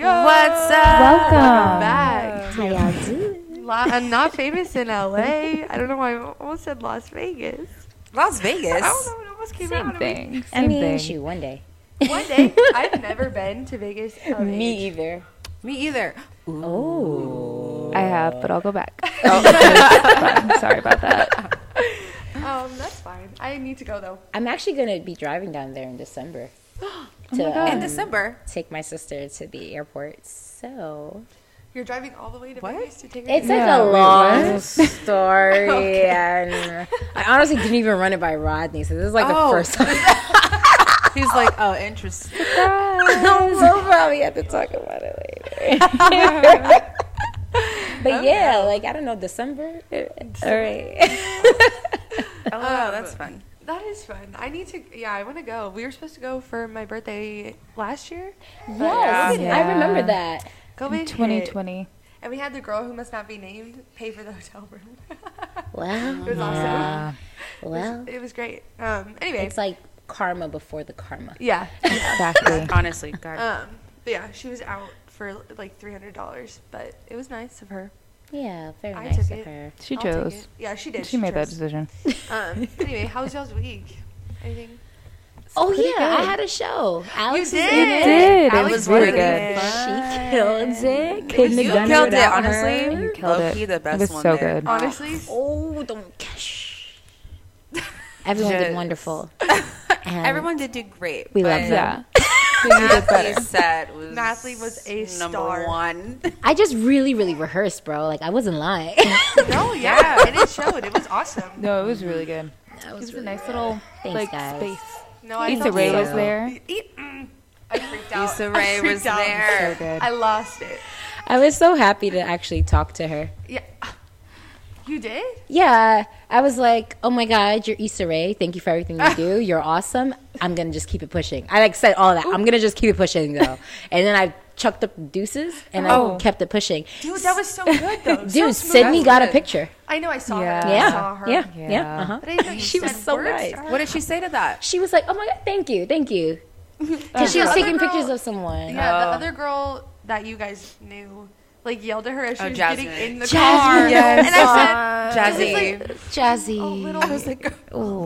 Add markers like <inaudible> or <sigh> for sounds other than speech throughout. Oh. Welcome. back. How y'all do? La- I'm not famous in LA. I don't know why I almost said Las Vegas. Las <laughs> Vegas. I don't know. It almost came out Same of me. thing. Same I mean, thing. shoot, one day. One <laughs> day, I've never been to Vegas. of age. Me either. Me either. Oh. I have, but I'll go <laughs> back. Oh. <laughs> Fine. Sorry about that. Um, that's fine. I need to go though. I'm actually gonna be driving down there in <gasps> December to In um, December. take my sister to the airport. So You're driving all the way to What? Vegas to take it's a Yeah, like a wait, long <laughs> what? <laughs> story, and I honestly didn't even run it by Rodney. So this is like Oh. the first <laughs> time <laughs> He's like, oh, interesting. we'll probably have to talk about it later. <laughs> <laughs> but yeah, like I don't know, December. All right. <laughs> Oh, that's fun. That is fun. I need to. Yeah, I want to go. We were supposed to go for my birthday last year. Yes, Yeah. I remember that. COVID hit, 2020. and we had the girl who must not be named pay for the hotel room. <laughs> it Well, was awesome. well, It was great. Um. Anyway. it's like karma before the karma. <laughs> yeah. Exactly. Honestly, God. Um. But yeah, she was out for like three hundred dollars, but it was nice of her. Yeah, very I nice took of it. her. She I'll take chose. it. Yeah, she did. She made that chose. decision. <laughs> Um. Anyway, how was y'all's week? Anything? Oh yeah, I had a show. Alex was in did. it. did. It Alex was really really good. good. She killed it. Couldn't You have done killed it, it, without honestly. her. You killed Low-key it. the best it was one so there. Uh, <laughs> good. Honestly, Oh, don't cash. Everyone did <laughs> Just- wonderful. And Everyone did do great. We but love them. Yeah. Natalie's set was Nathalie was a number star. <laughs> one. I just really, really rehearsed, bro. Like I wasn't lying. <laughs> no, yeah, and it showed. It was awesome. No, it was really good. That It was was a really- nice little Thanks, like guys. space. No, I Issa felt Rae you. was there. Eat- mm. I freaked out. <laughs> Issa I Rae freaked was out. there. So good. I lost it. <laughs> I was so happy to actually talk to her. Yeah. You did? Yeah, I was like, oh my god, you're Issa Rae. Thank you for everything you <laughs> do. You're awesome. I'm gonna just keep it pushing. I like said all that. I'm gonna just keep it pushing <laughs> though. And then I chucked up deuces and Oh. I kept it pushing. Dude, that was <laughs> so good though. So Dude, smooth. Sydney got a good. picture. I know I saw Yeah. her. I saw Yeah, her. yeah, yeah. Yeah. uh-huh. But I <laughs> didn't know you She was said so words nice. to her. What did she say to that? She was like, oh my god, thank you, thank <laughs> you, because she The was other taking girl- pictures of someone. Yeah, the Oh. other girl that you guys knew like yelled at her as she Oh, was Jasmine. getting in the Jasmine. car. Yes. And I said, Jazzy. This is like Jazzy. a little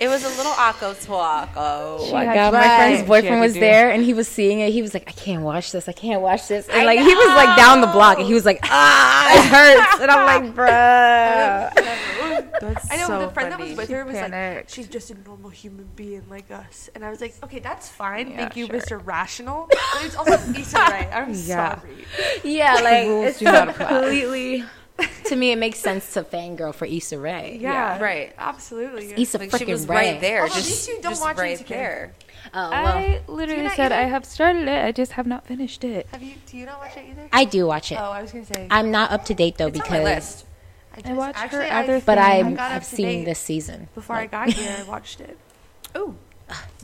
It was a little awkward talk. Oh, She Oh my had- god, my right. friend's She had boyfriend to was do- there and he was seeing it. He was like, I can't watch this. I can't watch this. And like he was like down the block and he was like, ah, it hurts. And I'm like, bruh. That's I know so the friend that funny. was with her was like, panicked. she's just a normal human being like us, and I was like, okay, that's fine, Yeah, thank you, sure. Mr. Rational, but it's also Issa Rae. I'm Yeah. sorry. Yeah, like Rules it's do not apply. completely. <laughs> to me, it makes sense to fangirl for Issa Rae. Yeah, right. Absolutely. Issa Like freaking she was Rae. right there. Although just, these two don't just watch it right together. there. Oh well, I, I literally not said I even- have started it. I just have not finished it. Have you? Do you not watch it either? do watch it. oh, I was gonna say. I'm not up to date though It's on my because, list. just- watch her actually, other I- thing. but I I'm, got up I've to seen date this season. Before I got here, I watched it. Ooh.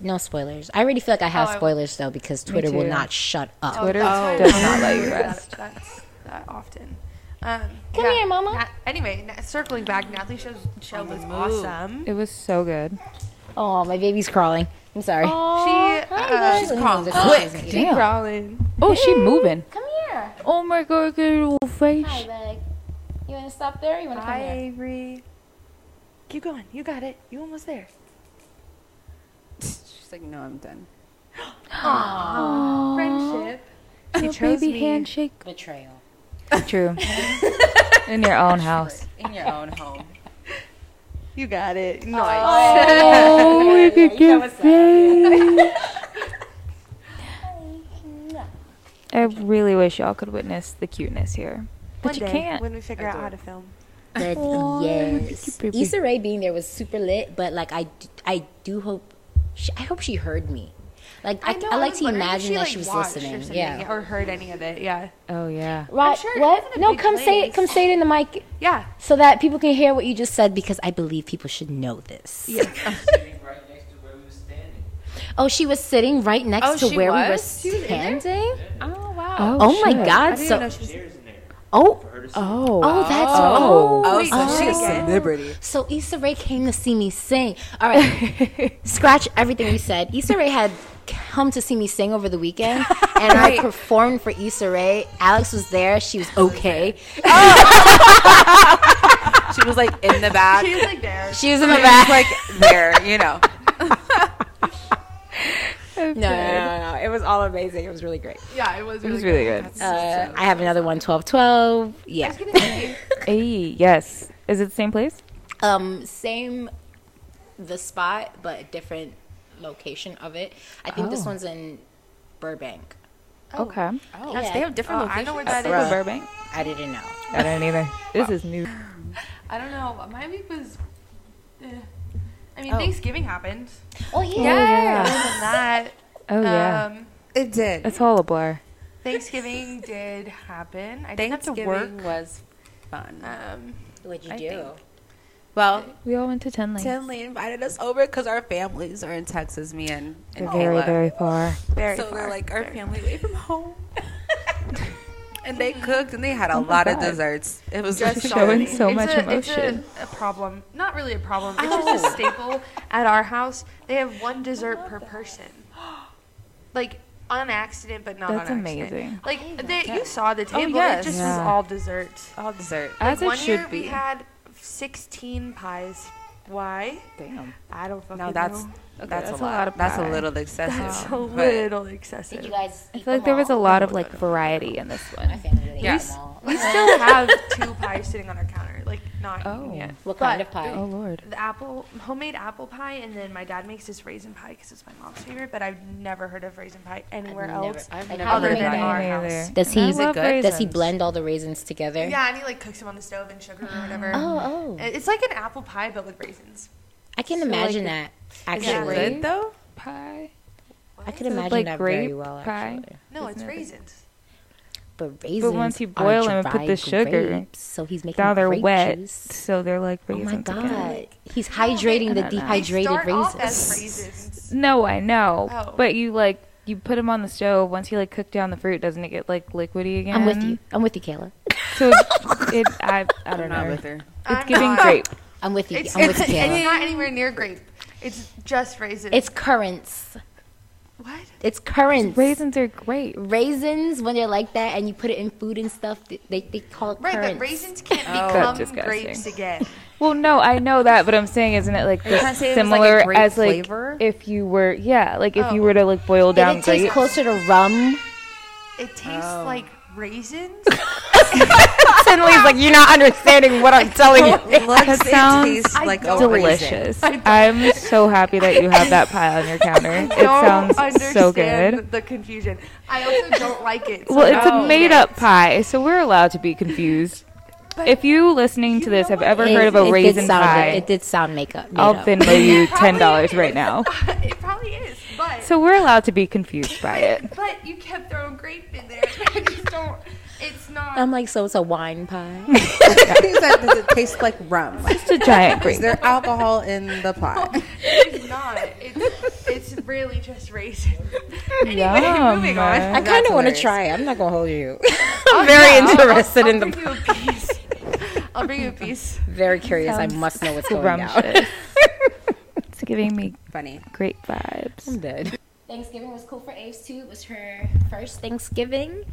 No spoilers. I already feel like I have Oh, I- spoilers though because Twitter will too. not shut up. Twitter that's does why I not let don't you do that- rest. Oh. <laughs> That's that often. Um, Come here, Mama. Na- anyway, na- circling back, Natalie's show, show was move. awesome. It was so good. Oh, my baby's crawling. I'm sorry. Oh, She, uh, She's crawling. quick. Damn. growling. Oh, <gasps> she moving. Come here. Oh my god, good little face. Hi, bag. You want to stop there? Or you want to come here? Ivory. Keep going. You got it. You almost there. She's like, no, I'm done. Friendship. Your chose baby me. handshake. Betrayal. True. In your own house. In your own home. You got it. No. Oh, look at your face. I really wish y'all could witness the cuteness here, but you can't. When we figure out how to film. That- yes. baby. Issa Rae being there was super lit, but like I, d- I do hope, she, I hope she heard me. Like I, I, was like to wondering if imagine that she was watched or listening. something, Yeah. Or heard any of it. Yeah. oh yeah. Right? sure it wasn't what? a No, big come say it. place. Come say it in the mic Yeah. so that people can hear what you just said because I believe people should know this. sitting right next to where we were standing. Oh, she was sitting right next Oh, to she where we were was? She was in there? standing. Oh, wow. Oh, Oh, my shit. God! didn't So know she was- <laughs> Chairs in there oh for her to sit. Oh. oh that's Oh. oh, Oh, so oh. she's a celebrity. So <laughs> Issa Rae came to see me sing. All right, scratch everything we said. Issa Rae had come to see me sing over the weekend, and I performed for Issa Rae. Alex was there. She was okay. She was like in the back. She's like there. She was in the It's back. <laughs> like there, you know. no, no, no, no, no. It was all amazing. It was really great. Yeah, it was really, It was really good. Uh, I have another one, 12, 12. I Yeah. was gonna say, Hey, yes. Is it the same place? Um, same, the spot, but a different location of it. I think this Oh. one's in Burbank. Okay. Oh, yeah. they have different Oh, I locations. know where I that think is. it's Burbank. I didn't know. I don't either. This is new. I don't know. My week was. eh. I mean, Oh. Thanksgiving happened. Oh, yeah. yeah. Other than that, Oh <laughs> yeah. um, It did. It's all a blur. Thanksgiving did happen. I didn't have to work. Thanksgiving was fun. <laughs> Um, What'd you I do? think- Well, We all went to Ten Lanes. Tinley invited us over because our families are in Texas, me and, and They're very, Kayla. very far. very so far. they're like our family away from home. <laughs> Oh and they cooked and they had a lot of God. desserts. It was Dress showing shopping. so It's much a- emotion. Oh. It's a, a problem. Not really a problem. It's just a staple at our house. They have one dessert per person. <gasps> Like on accident, but not That's on accident. amazing. Oh, Like they, you saw the table. yes. It just was Yeah. all dessert. <laughs> all dessert. As like, it one should year we be. had 16 pies. Why? Damn. I don't fucking No, that's know. that's, a that's lot. a lot of that's a pie. little excessive. That's <laughs> a but little excessive. Did you guys I feel like there was a lot of like variety in this My one. family didn't Yeah. eat them all. We still have two pies sitting on our counter, like not Oh. eaten yet. What kind But of pie? Oh lord. The apple, homemade apple pie, and then my dad makes this raisin pie because it's my mom's favorite. But I've never heard of raisin pie anywhere never- else I've like, never other heard of than that our either. house. Does he I love Does he raisins. blend all the raisins together? Yeah, and he like cooks them on the stove in sugar or whatever. Oh, oh. It- It's like an apple pie but with raisins. I can like, imagine that. is it Actually, red? good though. Pie. I can Is it imagine like that very grape well. pie? Actually, No, it's Isn't it- raisins. but raisins. once you are boil 'em and put dry the sugar, grapes, so he's making Now they're grape wet, juice. so they're like Oh raisins. my god, Again. he's hydrating the I don't know. They dehydrated start raisins. off as raisins. No, I know, Oh. but you like you put them on the stove. Once you like cook down the fruit, doesn't it get like liquidy again? I'm with you. I'm with you, Kayla. So it, I, I don't know. It's her. I'm giving not- grape. I'm with you. It's, I'm with <laughs> it's, you, it's Kayla. not anywhere near grape. It's just raisins. It's currants. what? It's currants. Raisins are great. Raisins when they're like that, and you put it in food and stuff. th- They they call it Right, currants. but raisins can't Oh. That's become disgusting. grapes again. Well, no, I know that, but I'm saying, isn't it like trying this to say it was, like, a similar grape as like flavor? if you were, yeah, like if Oh. you were to like boil Did down it taste grapes? <laughs> closer to rum? It tastes like raisins. Suddenly, he's like, "You're not understanding what <laughs> I'm telling you." <laughs> That Looks sounds it tastes like a <laughs> raisin. Delicious. I'm so happy that you have that pie on your <laughs> counter. It don't sounds so understand good. The confusion. I also don't like it. so Well, it's no. a made-up pie, so we're allowed to be confused. <laughs> But If you listening to You this know have what? ever It- heard of a it raisin did sound, pie, It did sound makeup. made I'll up. <laughs> Venmo you ten probably dollars is. right now. <laughs> it probably is, but So we're allowed to be confused <laughs> by it. but you kept throwing grape in there. I just don't. It's not. Um, I'm like, so it's a wine <laughs> pie. He said, Does it taste like <laughs> rum? It's <laughs> a giant Is grape. there alcohol in the <laughs> pie? it's not. It's, it's really just <laughs> raisin. anyway, moving on. Yum. I kind That's of want to hilarious. try it. I'm not gonna hold you. <laughs> I'm very interested <laughs> I'll in bring the. you a <laughs> piece. I'll bring you a piece. Very curious. I Sounds must know <laughs> what's going on. Scrumptious. it's giving me Funny. great vibes. I'm dead. Thanksgiving was cool for Ace too. It was her first Thanksgiving,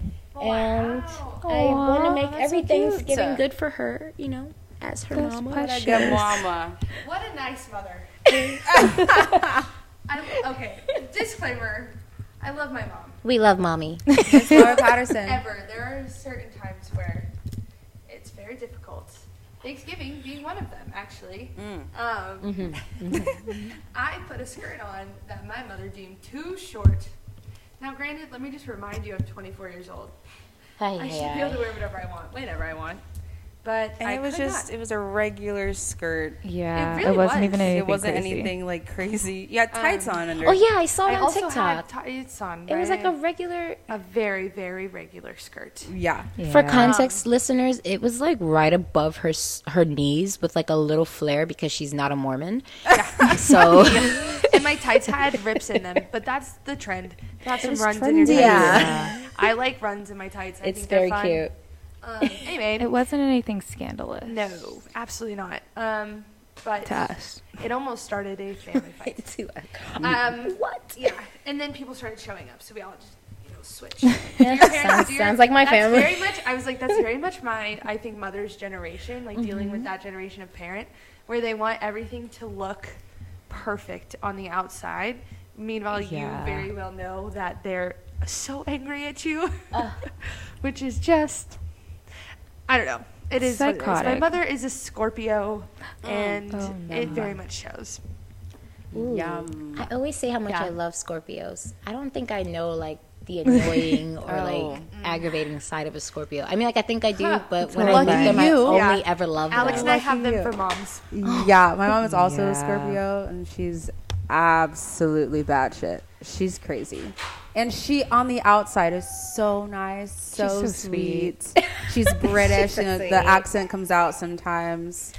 and I want to make every Thanksgiving good for her. You know, as her That's mama. precious. mama. What a nice mother. <laughs> I, okay, disclaimer. I love my mom. We love mommy. Laura Patterson. Ever. There are certain times where it's very difficult. Thanksgiving being one of them, actually. Um, Mm-hmm. <laughs> I put a skirt on that my mother deemed too short. Now, granted, let me just remind you, I'm 24 years old. I should be able to wear whatever I want, whenever I want. But And I it was could just not. it was a regular skirt. Yeah, It it, really wasn't was. even anything. it wasn't crazy. anything like crazy. Um, Yeah, tights on <laughs> under. Oh yeah, I saw it I on also TikTok. had tights on. it was but like a regular. a very, very <laughs> regular skirt. yeah. For Yeah. context, listeners, it was like right above her s- her knees with like a little flare because she's not a Mormon. so and my tights had rips in them, but that's the trend. To have some runs in your tights. trendy. Yeah. I like runs in my tights. I it's think they're very fun. cute. <laughs> Um, anyway, It wasn't anything scandalous. no, absolutely not. Um, but to us. it almost started a family fight. <laughs> Too loud. Um, What? yeah, and then people started showing up, so we all just you know switched. Your sounds- do sounds like my that's family. Very much. I was like, that's very much my I think mother's generation, like dealing with that generation of parent, where they want everything to look perfect on the outside. Meanwhile, Yeah. you very well know that they're so angry at you, <laughs> which is just I don't know. It is what it is. My Psychotic. mother is a Scorpio, and Oh, it no. very much shows. Yum. I always say how much Yeah. I love Scorpios. I don't think I know like the <laughs> annoying or Oh. like aggravating side of a Scorpio. I mean, like I think I do, Huh. but when I lucky meet them, I you. only Yeah. ever love Alex them. and I have them you. for moms. Yeah, my mom is also Yeah. a Scorpio, and she's absolutely bad shit. She's crazy. And she, on the outside, is so nice, so, so sweet. <laughs> She's British, and the accent comes out sometimes.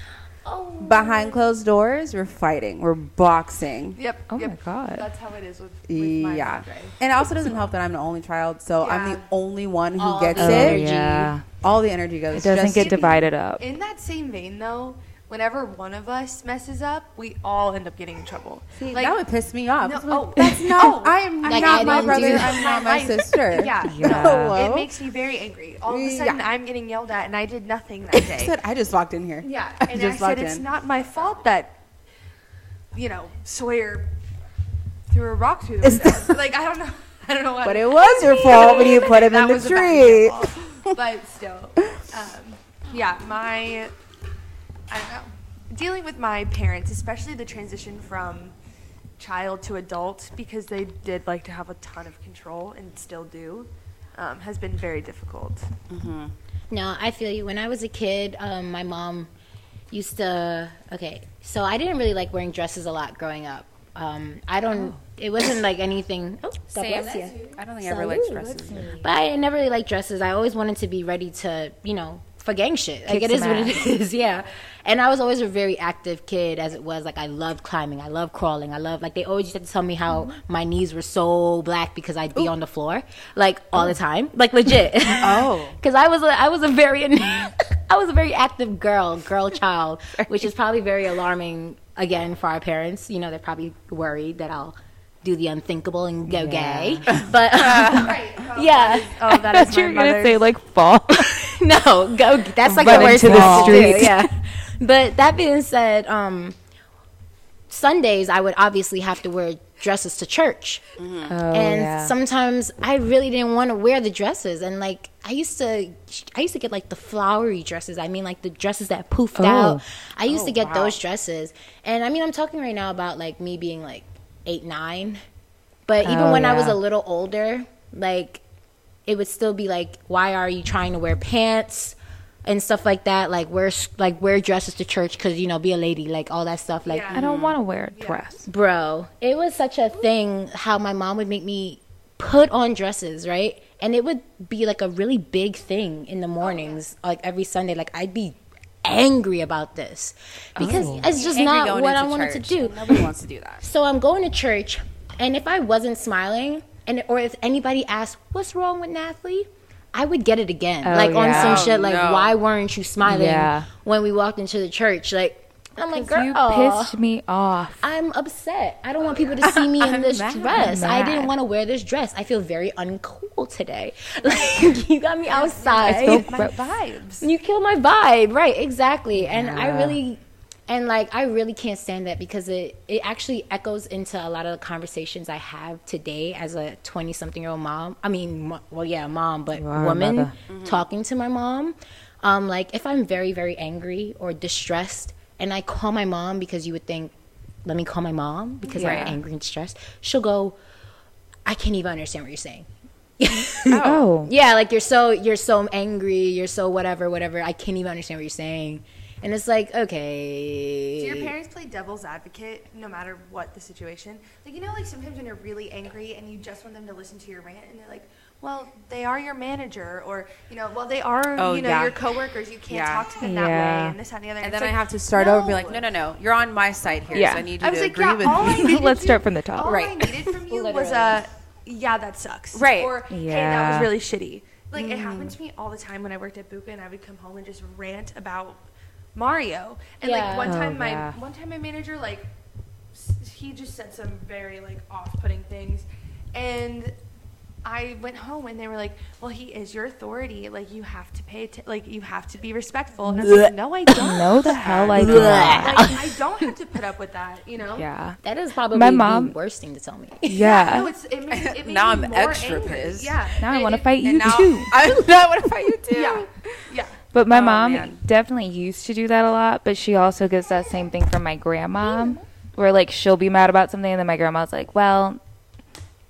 oh. Behind closed doors, we're fighting, we're boxing. Yep. Oh yep. my god. That's how it is with, with my Yeah. padre. And it also doesn't help that I'm the only child, so I'm Yeah. the only one who All gets the it. energy. Oh, yeah. All the energy goes. It doesn't just- get divided up. In that same vein, though, whenever one of us messes up, we all end up getting in trouble. See, that would piss me off. No, <laughs> 'cause I'm <laughs> like, oh. that's not. Oh. I am Like, not I my don't do brother. that. <laughs> I'm not my Right. <laughs> sister. <laughs> Yeah. Yeah. Hello? It makes me very angry. All of a sudden, Yeah. I'm getting yelled at, and I did nothing that <laughs> day. Said, I just walked in here. yeah. <laughs> I And I just said, logged it's in." not my fault that, you know, Sawyer threw a rock through the It's window. <laughs> like, I don't know. I don't know what. But it was your fault when <laughs> you put him That in the was a bad tree. example. <laughs> but still, um, yeah, my I don't know. Dealing with my parents, especially the transition from child to adult, because they did like to have a ton of control and still do, um, has been very difficult. No, I feel you. When I was a kid, um, my mom used to. Okay, so I didn't really like wearing dresses a lot growing up. Um, I don't. It wasn't like anything. Oh, God bless you. I don't think I ever liked dresses. But I never really liked dresses. I always wanted to be ready to, you know, for gang shit. Like it is some what it <laughs> is, yeah. And I was always a very active kid, as it was. Like I loved climbing, I loved crawling, I loved like they always used to tell me how my knees were so black because I'd be on the floor like all the time, like legit. <laughs> Oh, because I was a, I was a very <laughs> I was a very active girl, girl child, which is probably very alarming again for our parents. You know, they're probably worried that I'll do the unthinkable and go gay, but. Right. Yeah. Oh, that is my <laughs> You're gonna mother's- say like <laughs> fall. <laughs> no, go. That's like Run the worst into the thing to do, streets. Yeah. But that being said, um, Sundays I would obviously have to wear dresses to church, Oh, and sometimes I really didn't want to wear the dresses. And like I used to, I used to get like the flowery dresses. I mean, like the dresses that poofed Oh. out. I used to get those dresses, and I mean, I'm talking right now about like me being like eight, nine. But even Oh, when I was yeah. a little older, like it would still be like, why are you trying to wear pants and stuff like that? Like wear s- like wear dresses to church because you know be a lady, like all that stuff. Like, Yeah. I don't want to wear a dress. bro, it was such a thing how my mom would make me put on dresses, right? And it would be like a really big thing in the mornings, like every Sunday. Like I'd be angry about this because it's just Angry not going what I into wanted church. to do. Nobody wants to do that. So I'm going to church, and if I wasn't smiling, and or if anybody asked, "What's wrong with Nathalie?" I would get it again, Oh, like on yeah. some Oh, shit, like no. why weren't you smiling Yeah. when we walked into the church? Like I'm like, girl, You pissed me off. I'm upset. I don't want people to see me in this dress. I didn't mad. want to wear this dress. I feel very uncool today. <laughs> Like you got me outside. I feel my gross. vibes. You kill my vibe, right? Exactly. And I really, and like I really can't stand that because it it actually echoes into a lot of the conversations I have today as a twenty something year old mom. I mean, mo- well, yeah, mom, but are a woman mother. talking to my mom. Um, like if I'm very very angry or distressed, and I call my mom because you would think, let me call my mom because Yeah. I'm angry and stressed. She'll go, I can't even understand what you're <laughs> saying. Oh, Yeah, like you're so you're so angry, you're so whatever, whatever. I can't even understand what you're saying. And it's like, okay. Do your parents play devil's advocate no matter what the situation? Like, you know, like sometimes when you're really angry and you just want them to listen to your rant and they're like, well, they are your manager or, you know, well, they are, Oh, you know, yeah. your coworkers. You can't Yeah. talk to them that Yeah. way and this, that, and the other. And It's then I like, have to start over and be like, no, no, no, you're on my side here, Yeah. so I need you I was to like, agree yeah, with all I <laughs> me. needed Let's you- start from the top. All I Right. needed <laughs> from you was Literally. a, yeah, that sucks. Right. Mm. Or, hey, that Yeah. was really shitty. Like, it happened to me all the time when I worked at Buka and I would come home and just rant about Mario. And Yeah. like one Oh, time my yeah. one time my manager like s- he just said some very like off-putting things and I went home and they were like, "Well, he is your authority. Like you have to pay. atten- like you have to be respectful." And I was like, "No, I don't. No, the hell I do Blech. <laughs> not. Like, I don't have to put up with that. You know." Yeah. That is probably My the mom- worst thing to tell me. No, <laughs> Yeah. it's, it made, <laughs> it made Now me I'm more extra angry. pissed. Yeah. Now I It- want to it- fight And you now too. I'm not what if I you do? Yeah. Yeah. But my Oh, mom man. definitely used to do that a lot, but she also gets that same thing from my grandma, where like she'll be mad about something, and then my grandma's like, well,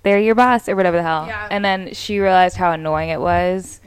they're your boss or whatever the hell. Yeah. Mm. And then she realized how annoying it was,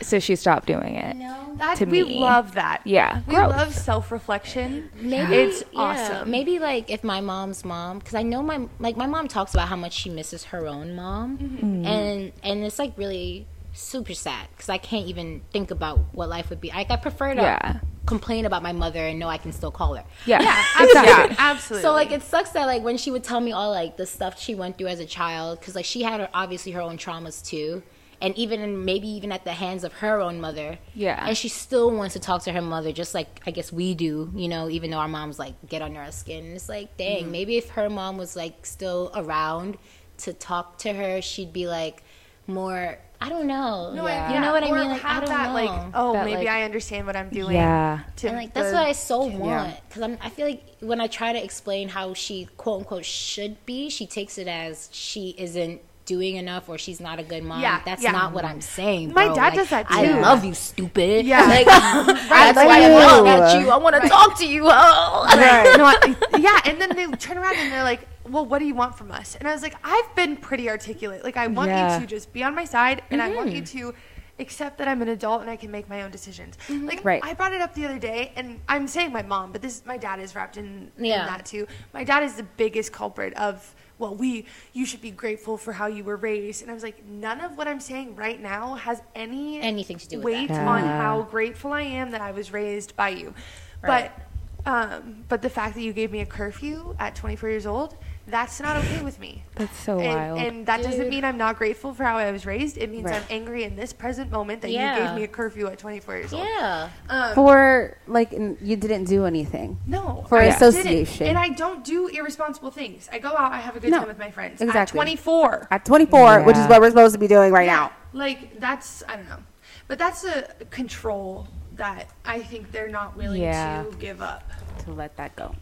so she stopped doing it. That, To we me. love that. Yeah. We gross. love self-reflection. Maybe It's yeah, awesome. Maybe like if my mom's mom, because I know my like my mom talks about how much she misses her own mom, Mm-hmm. and and it's like really super sad because I can't even think about what life would be. Like I prefer to Yeah. complain about my mother and know I can still call her. Yeah. <laughs> Yeah, absolutely. Exactly. Absolutely. So like it sucks that like when she would tell me all like the stuff she went through as a child because like she had her, obviously her own traumas too, and even in- maybe even at the hands of her own mother. Yeah. And she still wants to talk to her mother just like I guess we do, you know. Even though our moms like get under our skin, and it's like dang, Mm-hmm. maybe if her mom was like still around to talk to her, she'd be like more. I don't know. No, I- Yeah. You know what I or mean? Like, I have don't that know. like, oh, That, maybe like- I understand what I'm doing. Yeah. to And like that's the- what I so want yeah. because I'm I feel like when I try to explain how she quote unquote should be, she takes it as she isn't doing enough or she's not a good mom. Yeah, that's yeah. not what I'm saying. My bro. dad Like, does that I too. love you, stupid. Yeah. Yeah, like, that's like why I'm you. yelling at you. I want to talk to you. <laughs> Oh. Right. No, I- yeah, and then they turn around and they're like, "Well, what do you want from us?" And I was like, "I've been pretty articulate. Like, I want Yeah. you to just be on my side, and I want you to accept that I'm an adult and I can make my own decisions." Like, Right. I brought it up the other day, and I'm saying my mom, but this my dad is wrapped in, in Yeah. that too. My dad is the biggest culprit of. Well, we you should be grateful for how you were raised, and I was like, none of what I'm saying right now has any Anything to do with weight that. on Yeah. how grateful I am that I was raised by you. Right. But um, but the fact that you gave me a curfew at 24 years old, that's not okay with me. That's so and, wild. And that doesn't mean I'm not grateful for how I was raised. It means Right. I'm angry in this present moment that you Yeah. gave me a curfew at 24 years old. Yeah, For like, n- you didn't do anything. No. For I didn't. association. And I don't do irresponsible things. I go out, I have a good No. time with my friends. At Exactly. 24. At 24, which is Yeah. what we're supposed to be doing right Yeah, now. Like that's I don't know, but that's a control that I think they're not willing Yeah. to give up. To let that go.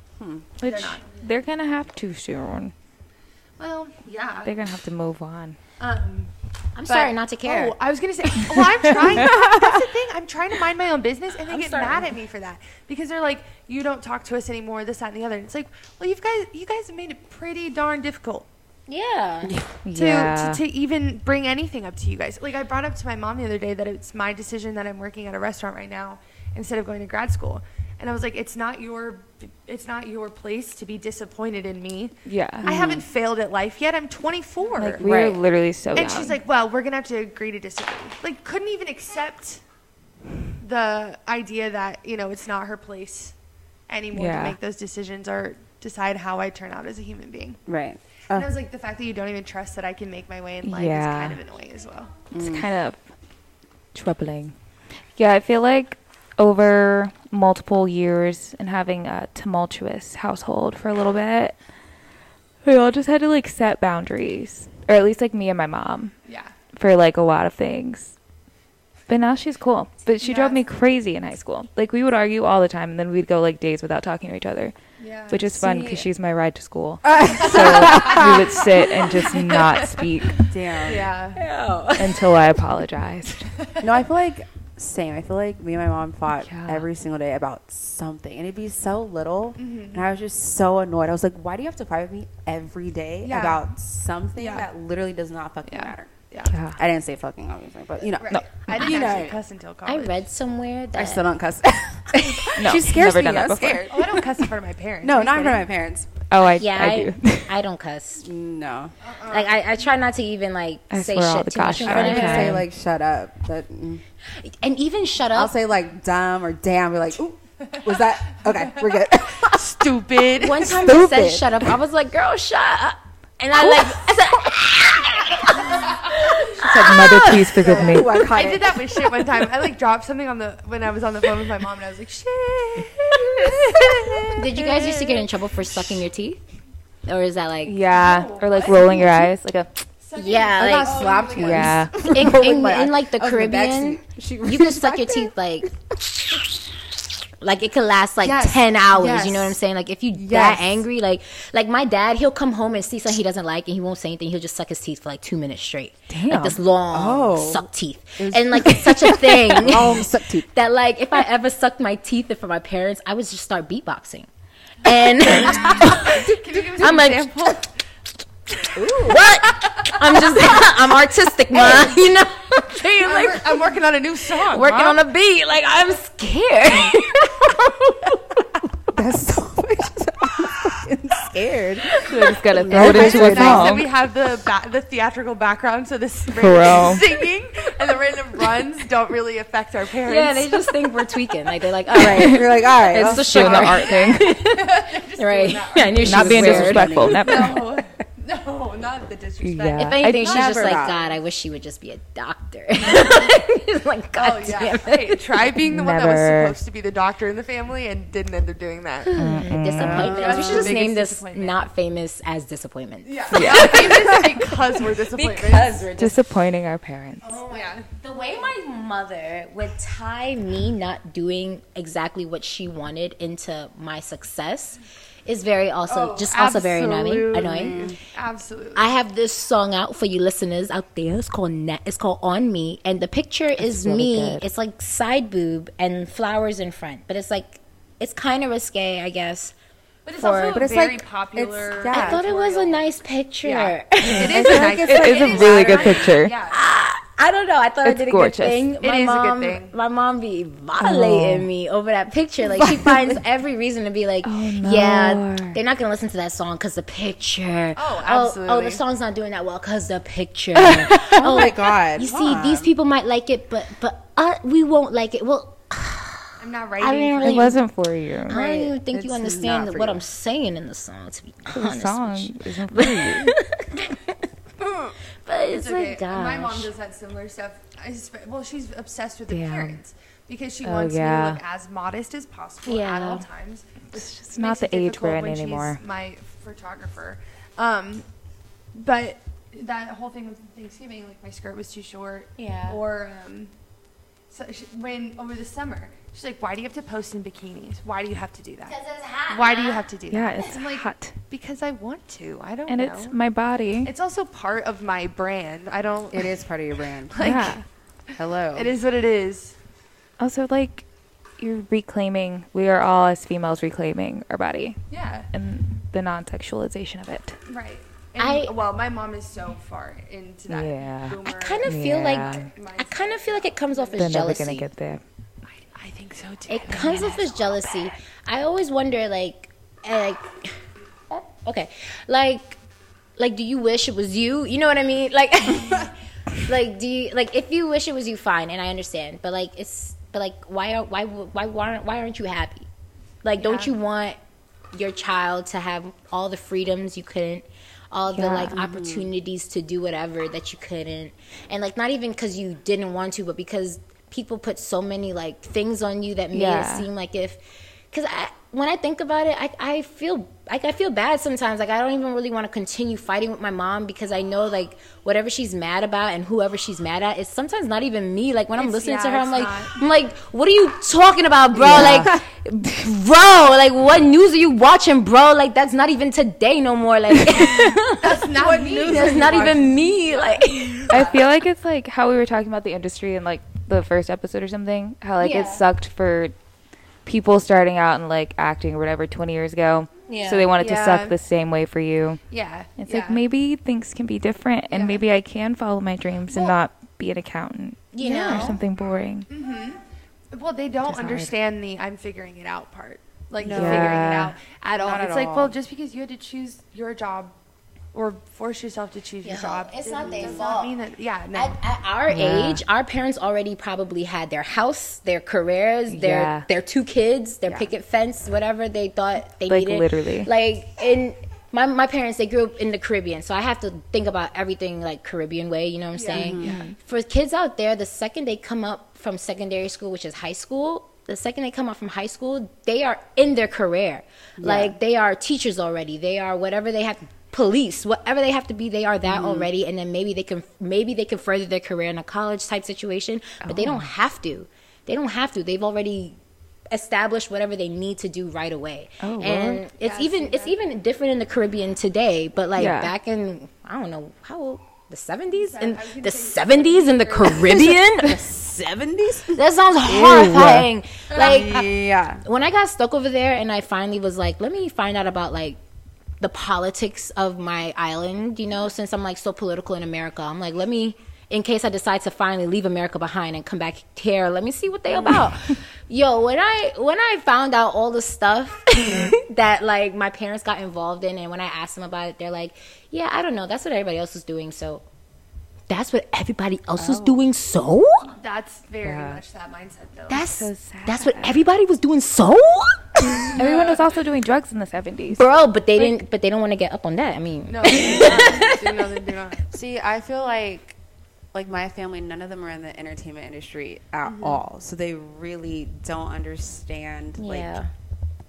Which not. they're gonna have to soon. Well, yeah. They're gonna have to move on. um, I'm but- sorry not to care. Oh, I was gonna say. Well, I'm trying. that's the thing. I'm trying to mind my own business, and they get mad at me for that because they're like, "You don't talk to us anymore." This, that, and the other. And it's like, well, you guys, you guys have made it pretty darn difficult. yeah, to, yeah. to, to even bring anything up to you guys. Like I brought up to my mom the other day that it's my decision that I'm working at a restaurant right now instead of going to grad school. And I was like, it's not your it's not your place to be disappointed in me. Yeah. I haven't failed at life yet. I'm 24. like we are Right. literally so. and young. she's like, well, we're going to have to agree to disagree. Like couldn't even accept the idea that, you know, it's not her place anymore Yeah. to make those decisions or decide how I turn out as a human being. Right. And I Uh, was like, the fact that you don't even trust that I can make my way in life Yeah. is kind of annoying as well. It's kind of troubling. Yeah, I feel like over multiple years and having a tumultuous household for a little bit, we all just had to like set boundaries, or at least like me and my mom Yeah. for like a lot of things. But now she's cool. But she drove Yeah. me crazy in high school. Like we would argue all the time, and then we'd go like days without talking to each other, Yeah. which is fun because she's my ride to school. so we would sit and just not speak damn. Yeah. until I apologized. No, I feel like same. I feel like me and my mom fought Yeah. every single day about something, and it'd be so little, Mm-hmm. and I was just so annoyed. I was like, "Why do you have to fight with me every day Yeah. about something Yeah. that literally does not fucking Yeah. matter?" Yeah. Yeah. I didn't say fucking obviously, but you know, Right. I didn't You know. actually cuss until I college. read somewhere that I still <laughs> don't <laughs> cuss. No, she scares never me. done that I'm before. scared. Oh, I don't cuss in front of my parents. No, Are you not in kidding? front of my parents. Oh, I, yeah, <laughs> I, I, do. <laughs> I don't cuss. No, Like I, I try not to even like I say swear all shit the too much gosh in I darn don't front of even Okay. say time. like "shut up." That mm. and even shut I'll up. say like "dumb" or "damn." Be like, "Ooh, was that okay? We're good." <laughs> Stupid. One time they said Stupid. shut up, I was like, girl, shut up. And I like, I said, said, Mother, please forgive me. Ooh, I caught I it. did that with shit one time. I like dropped something on the when I was on the phone with my mom, and I was like, shit. Did you guys used to get in trouble for sucking your teeth? Or is that like Yeah, or like rolling your eyes, <laughs> like a yeah, I like got Oh slapped once. <laughs> yeah. <laughs> in, Oh, in, Rolling my in, eye- like the I was in the Caribbean, backseat. She- you can suck your <laughs> teeth like like it could last like 10 hours you know what i'm saying like if you that Yes. angry like like my dad he'll come home and see something he doesn't like and he won't say anything he'll just suck his teeth for like two minutes straight like Damn. this long Oh. suck teeth and like it's <laughs> Oh. such a thing Long Oh, suck teeth. that like if i ever sucked my teeth for my parents i would just start beatboxing <laughs> and i'm like <laughs> what i'm just <laughs> i'm artistic man you know I'm like, I'm working on a new song. working on a beat. Like I'm scared. That's so <laughs> I'm scared. So I just gotta throw it It's into nice a that we song. have the ba- the theatrical background, so this real. random <laughs> singing and the random runs don't really affect our parents. yeah, they just think we're tweaking. Like they're like, all <laughs> right, You're like, all right. oh it's I'll- the <laughs> Doing the show. art thing, Right? <laughs> I knew she not was being weird. disrespectful. Not <laughs> no, no, not the disrespect. Yeah. If anything, I she's just never like, got- God, I wish she would just be a doctor. <laughs> She's like, God Oh yeah. damn it. Hey, try being the one that Never. was supposed to be the doctor in the family and didn't end up doing that. Disappointment. That's we "Oh, should the just name biggest this disappointment. not famous as disappointment. <laughs> Yeah. <laughs> Not famous because we're disappointed. we're just disappointing our parents. Oh yeah. The way my mother would tie me not doing exactly what she wanted into my success is very also Oh, just also very annoying. Annoying. Absolutely. I have this song out for you listeners out there. It's called Net. It's called On Me, and the picture is really me. good. It's like side boob and flowers in front, but it's like it's kind of risque, I guess. But it's for- also but a it's very like- popular. it's- yeah. I thought it was a nice picture. Yeah. <laughs> It I is feel a like nice. it's It is a really good picture. Yeah. Oh, I don't know. I thought It's I did a gorgeous. good thing. It is a good mom, thing. My mom be violating me over that picture. Like <laughs> she finds every reason to be like, Oh, yeah, no. they're not gonna listen to that song because the picture. Oh, Oh, absolutely. the song's not doing that well because the <laughs> picture. oh, oh my god. You see, these people might like it, but but uh, we won't like it. Well, I'm not I writing. didn't It really. wasn't for you. I don't even think It's you not understand for what you. I'm saying in the song. To be The honest, song With you. isn't for you. but It's it's, okay. like, gosh. My mom does that similar stuff. I sp- well, she's obsessed with Yeah. appearance because she Oh, wants me yeah. to look as modest as possible at Yeah. all times. It's just not the age we're in anymore. She's my photographer, um, but that whole thing with Thanksgiving, like my skirt was too short. Yeah. Or um, so she, when over the summer, she's like, "Why do you have to post in bikinis? Why do you have to do that? Why do you have to do Yeah, that?" it's I'm like, hot, Because I want to. I don't and know. it's my body. It's also part of my brand. I don't. It is part of your brand. <laughs> like, yeah. Hello. It is what it is. Also, like you're reclaiming. We are all as females reclaiming our body Yeah. and the non-sexualization of it. Right. I- I well, my mom is so far into that. Yeah. I kind of feel Yeah. like I kind of feel like it comes off as They're never jealousy. gonna get there. I, I think so too. it comes off as jealousy. I always wonder, like, eh, like, <laughs> oh, okay, like, like, do you wish it was you? You know what I mean? <laughs> Like, like, do you like if you wish it was you? Fine, and I understand, but like, it's but like, why are why w- why why aren't, why aren't you happy? Like, don't you want your child to have all the freedoms you couldn't? All the Yeah. like opportunities to do whatever that you couldn't, and like not even because you didn't want to, but because people put so many like things on you that made Yeah. it seem like if because I when I think about it, I, I feel like I feel bad sometimes. Like I don't even really want to continue fighting with my mom because I know like whatever she's mad about and whoever she's mad at is sometimes not even me. Like when I'm listening to yeah, her, I'm it's like, not. I'm like, what are you talking about, bro? Like, <laughs> bro, like what news are you watching, bro? Like that's not even today no more. Like <laughs> That's <laughs> not me. that's not even me. Like I feel like it's like how we were talking about the industry in like the first episode or something. How like Yeah. it sucked for people starting out and like acting or whatever 20 years ago. Yeah. So they wanted to Yeah. suck the same way for you. Yeah. It's like yeah. maybe things can be different and Yeah. maybe I can follow my dreams and Well- not be an accountant you or know. something boring. Mm-hmm. Well, they don't hard. understand the "I'm figuring it out" part. Like No. the figuring it Yeah. out at all. Not it's at like, all. well, just because you had to choose your job or force yourself to choose your Yo, job, it's not doesn't- their does fault. Not mean that, yeah. No. At, at our Yeah. age, our parents already probably had their house, their careers, their Yeah. their two kids, their picket fence, whatever they thought they Like, needed. literally. <laughs> like and my my parents they grew up in the Caribbean, so I have to think about everything like Caribbean way. You know what I'm saying? For kids out there, the second they come up from secondary school, which is high school. The second they come out from high school, they are in their career. Like they are teachers already. They are whatever they have police, whatever they have to be, they are that already. And then maybe they can maybe they can further their career in a college type situation, but they don't have to. They don't have to. They've already established whatever they need to do right away. Oh, and word. it's even it's even different in the Caribbean today, but like Yeah. back in I don't know how old the 70s and I was gonna the say- 70s in the Caribbean? Seventies. that sounds horrifying. Like Yeah. when I got stuck over there and I finally was like, let me find out about like the politics of my island, you know, since I'm like so political in America. I'm like, let me in case I decide to finally leave America behind and come back here, let me see what they <laughs> about. Yo, when I when I found out all the stuff <laughs> that like my parents got involved in and when I asked them about it, they're like, "Yeah, I don't know. That's what everybody else is doing." So that's what everybody else Oh. is doing. So That's very much that mindset, though. that's So sad. that's what everybody was doing. So Everyone was also doing drugs in the 70s. bro but they didn't but they don't want to get up on that i mean No, they do <laughs> not. Do not, they do not. See, I feel like like my family, none of them are in the entertainment industry at Mm-hmm. all. So they really don't understand like yeah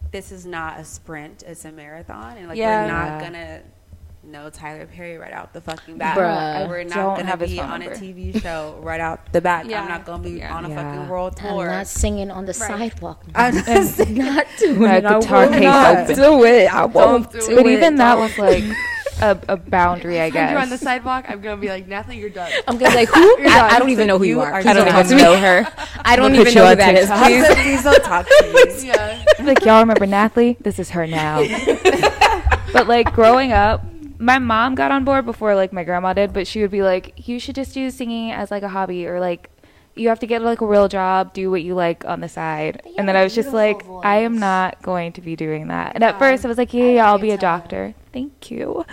this is not a sprint, it's a marathon and like Yeah. we're not Yeah. gonna know Tyler Perry right out the fucking bat. Bruh. Like, we're not Don't gonna have his be phone on number. a TV show right out the bat. Yeah. I'm not gonna be on a Yeah. fucking world i'm tour. not singing on the sidewalk <laughs> I'm just I'm not doing My it I guitar will case not open. do it i won't do But it. even that was like a, a boundary, I If you're on the guess. sidewalk, I'm gonna be like, Natalie, you're <laughs> done. <laughs> i'm gonna be like who You're I, I done. don't even know who you You are are Please don't done. talk to me. know her. i don't Look at even know you who on that is TikTok. Please. please don't talk to <laughs> me. yeah. <laughs> like y'all remember Nathalie? This is her now. but like growing up, my mom got on board before like my grandma did, but she would be like, "You should just do singing as like a hobby, or like you have to get like a real job, do what you like on the side." But you And then have a I was just like, beautiful "I am voice. not going to be doing that." And at first, I was like, "Yeah, yeah, I'll be a doctor. Thank you."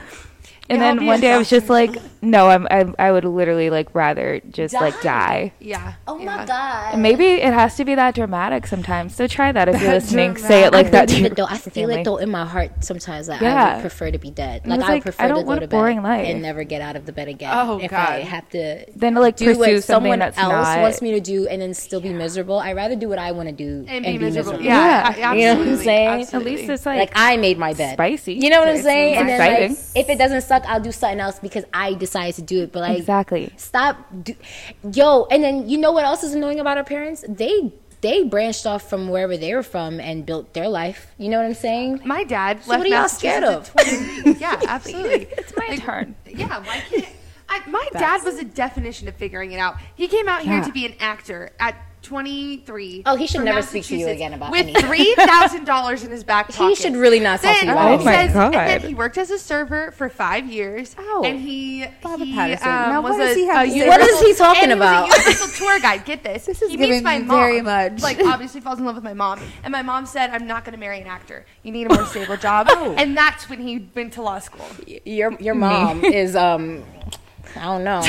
And Yeah, I'll then be one a day I was just like, "No, I'm, I'm I would literally like rather just like die." Yeah. oh my Yeah. god And Maybe it has to be that dramatic sometimes. So try that if you're listening. Say it like that to Even your though I feel family. it though in my heart sometimes that I Yeah. would prefer to be dead. I Like I, was would like, prefer I don't to go want to a bed boring life. and never get out of the bed again. Oh, if I God. have to Then to, like do pursue what something someone that's else not. wants me to do and then still be miserable. I'd rather do what I want to do And be miserable. Yeah. Yeah. I- You know what I'm absolutely, saying? At At least absolutely. it's like, like, I made my bed. spicy. You know what I'm It's saying? And then like, exciting. if it doesn't suck, I'll do something else because I decided to do it. But like Exactly. stop do- yo, and then you know what else is annoying about our parents? They they branched off from wherever they were from and built their life. You know what I'm saying? My dad So what are y'all scared of? of? <laughs> yeah, <laughs> absolutely. it's my turn. Yeah, why can't I, my dad was a definition of figuring it out. He came out here Yeah. to be an actor at 23. Oh, he should from never speak to you Massachusetts again about with anything. three thousand dollars in his back pocket. <laughs> He should really not talk to Then Oh you. about he my it. says- And God. then he worked as a server for five years. Ow. and he, Barbara he Patterson. um, Now, what was does a, he have a to say? universal- Oh. What is he talking and about? He was a universal tour guide. Get <laughs> this. This is he meets giving my mom. very much. Like obviously falls in love with my mom, and my mom said, "I'm not going to marry an actor. You need a more stable <laughs> job." Oh. And that's when he went to law school. your your mom is um I don't know.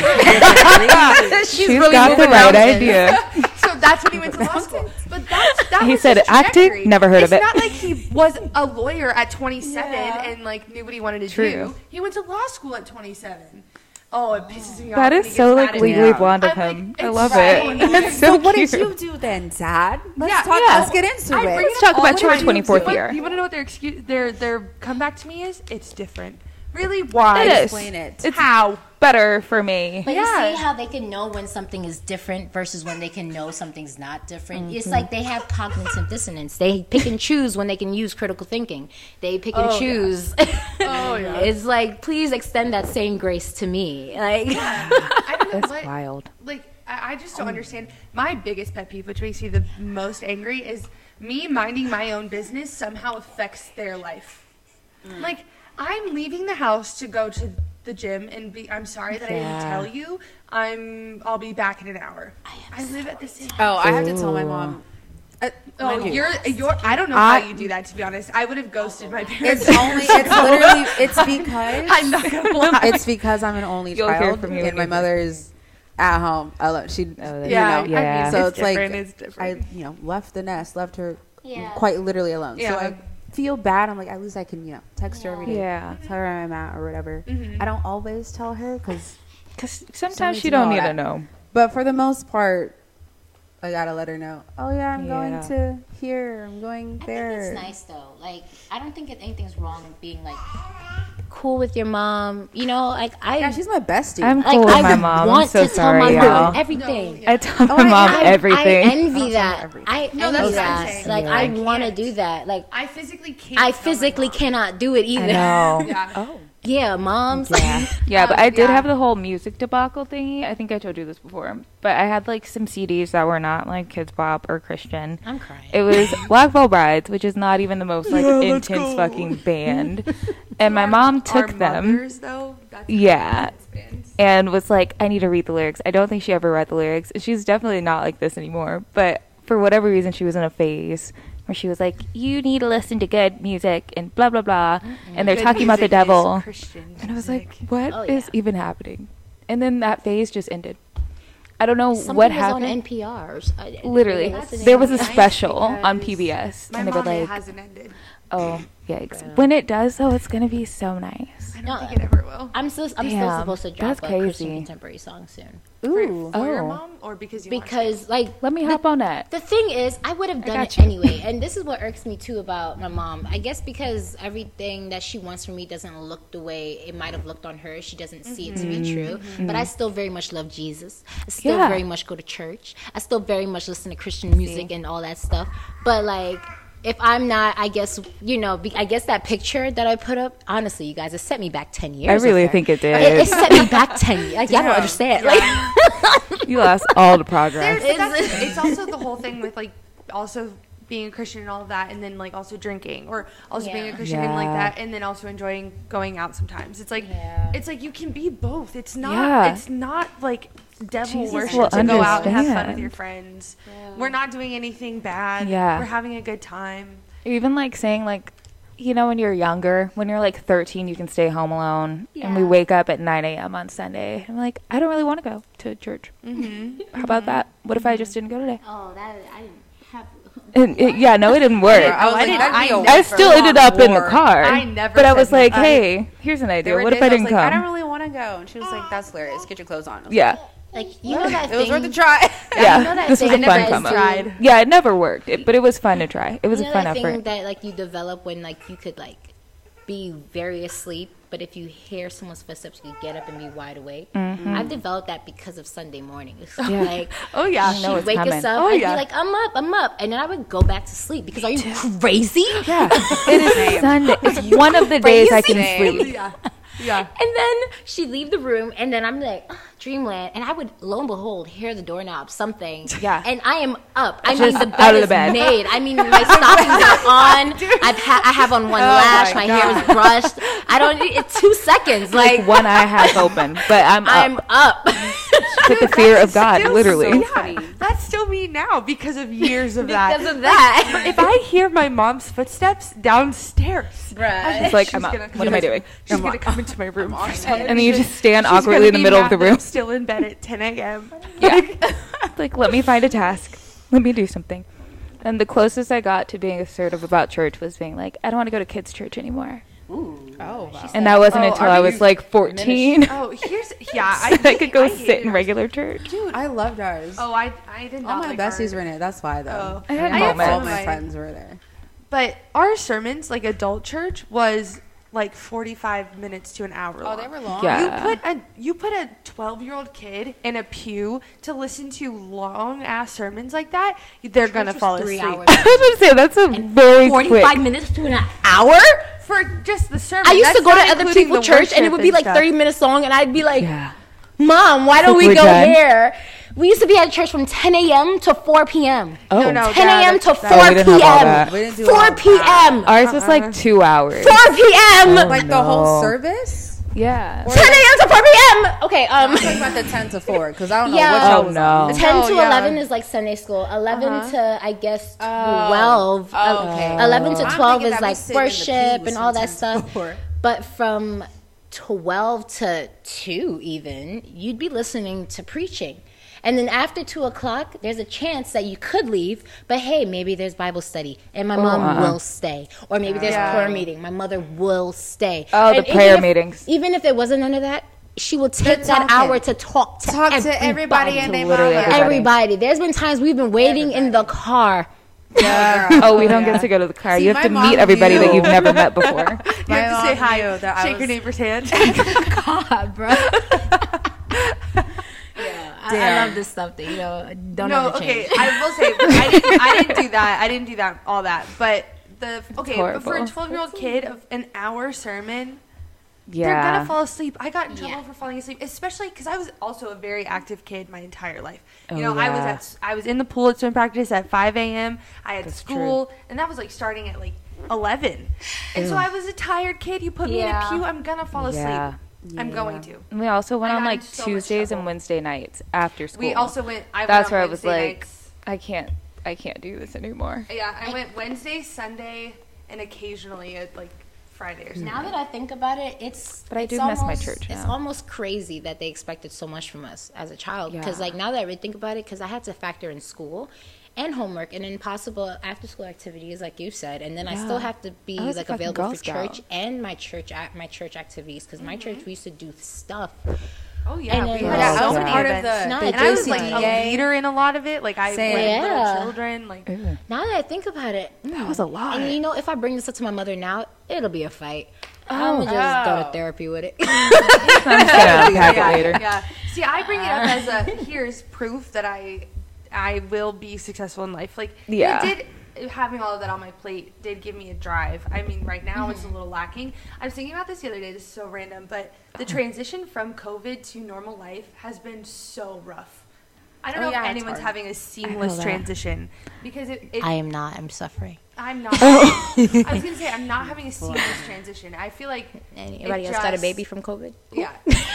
She's got the right idea. So that's when he went to law school. But that's that He was said his acting, trajectory. never heard of it. It's not like he was a lawyer at 27 and like knew what he wanted to True. do. He went to law school at twenty seven. Oh, it pisses me off. That when is he so gets mad like at me. legally Yeah. blonde of I'm like, him. I it's love so it. annoying. It's so, what cute. did you do then, Dad? Let's Yeah, talk. yeah. Let's get into I bring it. it talk up all about the your time. 24th You want- year. You want to know what their excuse, their their comeback to me is? It's different. Really? Why? It is. Explain it. It's how better for me. But you Yeah. see how they can know when something is different versus when they can know something's not different. It's Mm-hmm. like they have cognitive dissonance. They pick and choose when they can use critical thinking. They pick and choose. <laughs> Oh, yeah. It's like please extend that same grace to me. Like <laughs> I don't know That's what- wild. Like I, I just don't understand. My biggest pet peeve, which makes me the most angry, is me minding my own business somehow affects their life. Like I'm leaving the house to go to the gym and be. I'm sorry that I didn't tell you. I'm. I'll be back in an hour. I, live at the same. Oh, I have to tell my mom. I- Oh, you're. You're. I don't know how you do that. To be honest, I would have ghosted my parents. It's only. It's literally. It's because. I'm not gonna lie. It's because I'm an only You'll hear child, from me when and my you- mother is at home. I love, she. that's- you Yeah, know, <laughs> I Yeah. mean, So it's, it's, different. like it's different. I, you know, left the nest, left her Yeah. quite literally alone. Yeah. So I feel bad. I'm like, at least I can, you know, text her every day. Yeah. Tell her where I'm at or whatever. I don't always tell her because, Because sometimes to you don't know need to that. know. but for the most part, I gotta let her know. Oh yeah, I'm Yeah. going to here. I'm going there. I think it's nice though. Like I don't think that anything's wrong with being like cool with your mom. You know, like I Yeah, she's my bestie. I'm like cool with I my mom. I'm want so to tell my sorry, mom y'all. everything. I tell Oh, my I- mom I- I- everything. I envy her that. everything. I No, that's envy what I'm that. saying. Like Yeah. I I want to can't. do that. Like I physically can't. tell my I physically mom. cannot do it I either. know. Yeah. <laughs> yeah, moms. <laughs> Yeah, yeah, but Um, I did yeah. have the whole music debacle thingy. I think I told you this before, but I had like some CDs that were not like Kids Bop or Christian. I'm crying. It was <laughs> Black Veil Brides, which is not even the most like intense fucking band, <laughs> and my Our- mom our took them. mothers, though, that's Yeah. Bands. And was like, I need to read the lyrics. I don't think she ever read the lyrics. She's definitely not like this anymore. But for whatever reason, she was in a phase where she was like, "You need to listen to good music," and blah blah blah. And they're Good talking about the music is devil. Christian And I was music. like, "What is Oh, yeah. even happening? And then that phase just ended. I don't know Something what was on happened. NPRs. I- Literally, that's the there name was a of it. special on because PBS, my and they were mom it like, hasn't ended. "Oh, yikes! When it does, though, it's gonna be so nice." I No, don't think it ever will. I'm still I'm still Damn, supposed to drop that's a Christian crazy. contemporary song soon Ooh. For your Oh. mom or because you want to? because like Let me hop on that. The thing is, I would have done got it you. anyway, and this is what irks me too about my mom. I guess because everything that she wants from me doesn't look the way it might have looked on her. She doesn't see it to be true. But I still very much love Jesus. I still Mm-hmm. Yeah. very much go to church. I still very much listen to Christian music and all that stuff. But like. If I'm not, I guess you know. Be, I guess that picture that I put up, honestly, you guys, it set me back ten years. really with her. think it did. It, it set me back ten years. Like, y'all don't understand. Like, You lost all the progress. But that's- it's also the whole thing with like also being a Christian and all of that, and then like also drinking or also being Yeah. a Christian and like Yeah. that, and then also enjoying going out sometimes. It's like Yeah. it's like you can be both. It's not. Yeah. It's not like devil Jesus will worship to go out and have fun with understand. your friends. We're not doing anything bad. Yeah. we're having a good time. Even like saying like, you know, when you're younger, when you're like 13, you can stay home alone, and we Yeah. wake up at 9 a.m. on Sunday. I'm like, I don't really want to go to church. How about that? What if I just didn't go today? Mm-hmm. oh, that I didn't have. And it- yeah, no, it didn't work. I was like, that'd be a I win for still a ended long up in the war. car. I never But I said was no. like, I- hey, here's an There idea. were What if days I didn't was come? Like, I don't really want to go, and she was like, "That's hilarious. Get your clothes on." I was like, yeah, Like you know that it was thing. worth a try. yeah. You know that this was thing a that fun is come tried. up. Yeah, it never worked, it, but it was fun to try. It was you a know fun that thing effort. that like you develop when like you could like be very asleep, but if you hear someone's footsteps, you get up and be wide awake. I've developed that because of Sunday <laughs> mornings. Like Oh Mm-hmm. <laughs> yeah, I she'd know it's wake coming. us up. Oh I'd yeah, be like, I'm up, I'm up, and then I would go back to sleep because are <laughs> you crazy? yeah. It is Sunday. It's one of the days I can crazy? sleep. And then she'd leave the room, and then I'm like, "Ah, dreamland. And I would, lo and behold, hear the doorknob, something. Yeah. And I am up. I mean, Just the bed out of the is bed. made. <laughs> I mean, my stockings are on. I've ha- I have on one Oh lash. My, hair is brushed. I don't. It's two seconds. Like, Like one eye half open, but I'm I'm up. up. With the fear of God, Still literally. <laughs> so funny. That's still me now because of years of that. because of that. <laughs> if I hear my mom's footsteps downstairs, Bruh. It's like she's I'm up. gonna come What am I into- doing? She's gonna come into my room, for <laughs> some And then you reason. just stand She's gonna awkwardly in the be middle of mad the that I'm <laughs> room. still in bed at 10 a.m. like <laughs> let me find a task let me do something and the closest i got to being assertive about church was being like i don't want to go to kids church anymore Oh, and that wasn't Oh, until are i was you like 14 Oh, here's yeah. I, <laughs> that i could go I hated sit in it. regular church <laughs> I loved ours. Oh, I I did not. All my like besties ours. were in it. That's why, Oh. though. I had all moments. my Mine. friends were there. But our sermons, like adult church, was like 45 minutes to an hour. Oh, long. long. Yeah. You put a you put a 12 year old kid in a pew to listen to long ass sermons like that. They're gonna fall Three asleep. hours. i was gonna say that's a very Forty-five quick minutes to an hour. <laughs> for just the sermon. I used That's to go to not other including people's the church, and it worship would be like stuff. thirty minutes long, and I'd be like, yeah Mom, why don't Like, we we're go done? here? We used to be at church from 10 a.m. to 4 p.m. oh No, no, 10 yeah, a.m. to that's- 4 that's- Oh, we didn't have all p.m. that. Uh-uh. We didn't do 4 all that. p.m. 4 ours was like two hours Oh, p.m. Like the whole service? <laughs> yeah 10 a.m. to 4 p.m. Okay, <laughs> um, Talking about the 10 to 4, because I don't know Yeah. what y'all oh was on. no 10 to yeah. 11 is like Sunday school. 11 to, I guess, 12. Uh-huh. Oh, okay. 11 to I'm 12 thinking is that we like sit in the worship pews and all that sometimes <laughs> stuff. before. But from 12 to 2, even, you'd be listening to preaching. And then after two o'clock, there's a chance that you could leave, but hey, maybe there's Bible study and my mom uh-uh. will stay. Or maybe there's prayer meeting. My mother will stay. Oh, the And even prayer if- meetings. Even if there wasn't none of that, she will take talking. that hour to talk to Talk to everybody and they Literally mama. everybody. Everybody. There's been times we've been waiting in the car. Oh, we don't get to go to the car. See, you have to my mom meet everybody that knew. you've never <laughs> met before. You have to say hi. That Shake I your was, neighbor's <laughs> hand. Yeah, I, I love this stuff that you know don't no, ever okay. change. I will say I didn't, I didn't do that. I didn't do that. All that, but the okay but for a horrible. twelve-year-old kid of an hour sermon. They're Yeah. gonna fall asleep. I got in trouble Yeah. for falling asleep, especially because I was also a very active kid my entire life. You Oh, know, I was yeah. at s- I was in the pool at swim practice at 5 a.m. I had That's true. school, and that was like starting at like 11. And so I was a tired kid. You put Yeah. me in a pew, I'm gonna fall asleep. Yeah. I'm going to. And we also went I on got in like so much Tuesdays trouble. and Wednesday nights after school. We also went. I went That's on where I was Wednesday like, nights. I can't, I can't do this anymore. yeah, I went Wednesday, Sunday, and occasionally at like Friday or something. Hmm. Now that I think about it, it's But I it's do miss my almost- church It's now. almost crazy that they expected so much from us as a child. Because Yeah. like now that I really think about it, because I had to factor in school and homework and impossible after school activities, like you said, and then I Yeah. still have to be I was a like fucking available Girl for church Scout. Mm-hmm. and my church ac- my church activities. Because my church we used to do stuff. Oh yeah, And then- we Yeah, had I so was a many part of events. the- No, and the I was like a JCDA. leader in a lot of it. Like I Same. went with Yeah. little children. Like Now that I think about it, That was a lot. and you know, if I bring this up to my mother now, it'll be a fight. Oh, I'm gonna just go to therapy with it. I'm just gonna unpack yeah, it later. Yeah. See, I bring it up <laughs> as a here's proof that I I will be successful in life. Like Yeah. it did having all of that on my plate did give me a drive. I mean, right now Mm-hmm. it's a little lacking. I was thinking about this the other day, this is so random, but the transition from COVID to normal life has been so rough. I don't Oh, know yeah, if it's anyone's hard. having a seamless that. transition because it, it I am not. I'm suffering. I'm <laughs> not. I was gonna say I'm not having a seamless transition. I feel <laughs> like Anybody It else got a just- baby from COVID? yeah,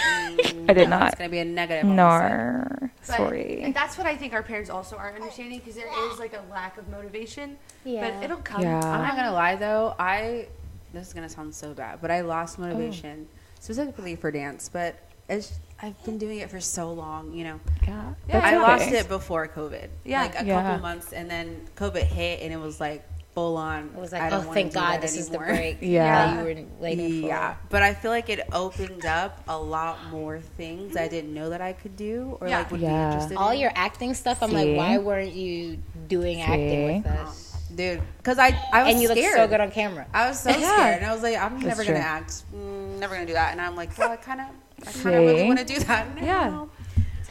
I did It's not. gonna be a negative. on this side. Nor But sorry. That's what I think our parents also aren't understanding because there is like a lack of motivation. Yeah. But it'll come. Yeah. I'm not gonna lie though. I this is gonna sound so bad, but I lost Oh. motivation specifically for dance. But as I've been doing it for so long, you know, Yeah. I That's lost okay. it before COVID. Yeah. like a Yeah. couple months, and then COVID hit, and it was like full on. It was like, I oh, don't wanna thank do God, that this is the anymore." break Yeah. that you were waiting for. Yeah, but I feel like it opened up a lot more things I didn't know that I could do or Yeah. like would Yeah. be interested. All in. your acting stuff, I'm See? like, why weren't you doing acting with us? dude, because I I was And you look scared. so good on camera. I was so scared, and I was like, I'm never true. gonna act, mm, never gonna do that. And I'm like, well, I kind of, I kind of really See? want to do that. Yeah.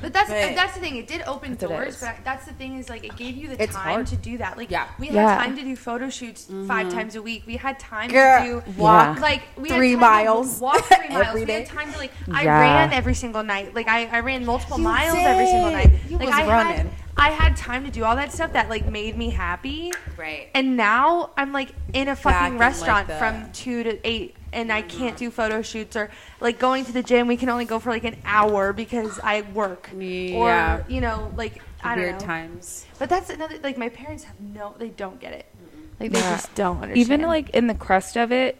But that's But- that's the thing. It did open what it doors, is. but I- that's the thing is like it gave you the It's time hard. to do that. Like Yeah. Mm-hmm. we had Yeah. time to do photo shoots five times a week. We had time Girl, to do walk like we three had time to miles walk <laughs> three miles. every we had day. time to like I Yeah. ran every single night. Like I, I ran multiple miles every single did. night. You like was I had running. I had time to do all that stuff that like made me happy. Right. And now I'm like in a Back fucking in, like, restaurant the- from two to eight, and I can't do photo shoots or like going to the gym. We can only go for like an hour because I work. Yeah. Or you know, like I don't Weird know. times. But that's another. Like my parents have no. They don't get it. Like they Yeah. just don't understand. Even like in the crust of it,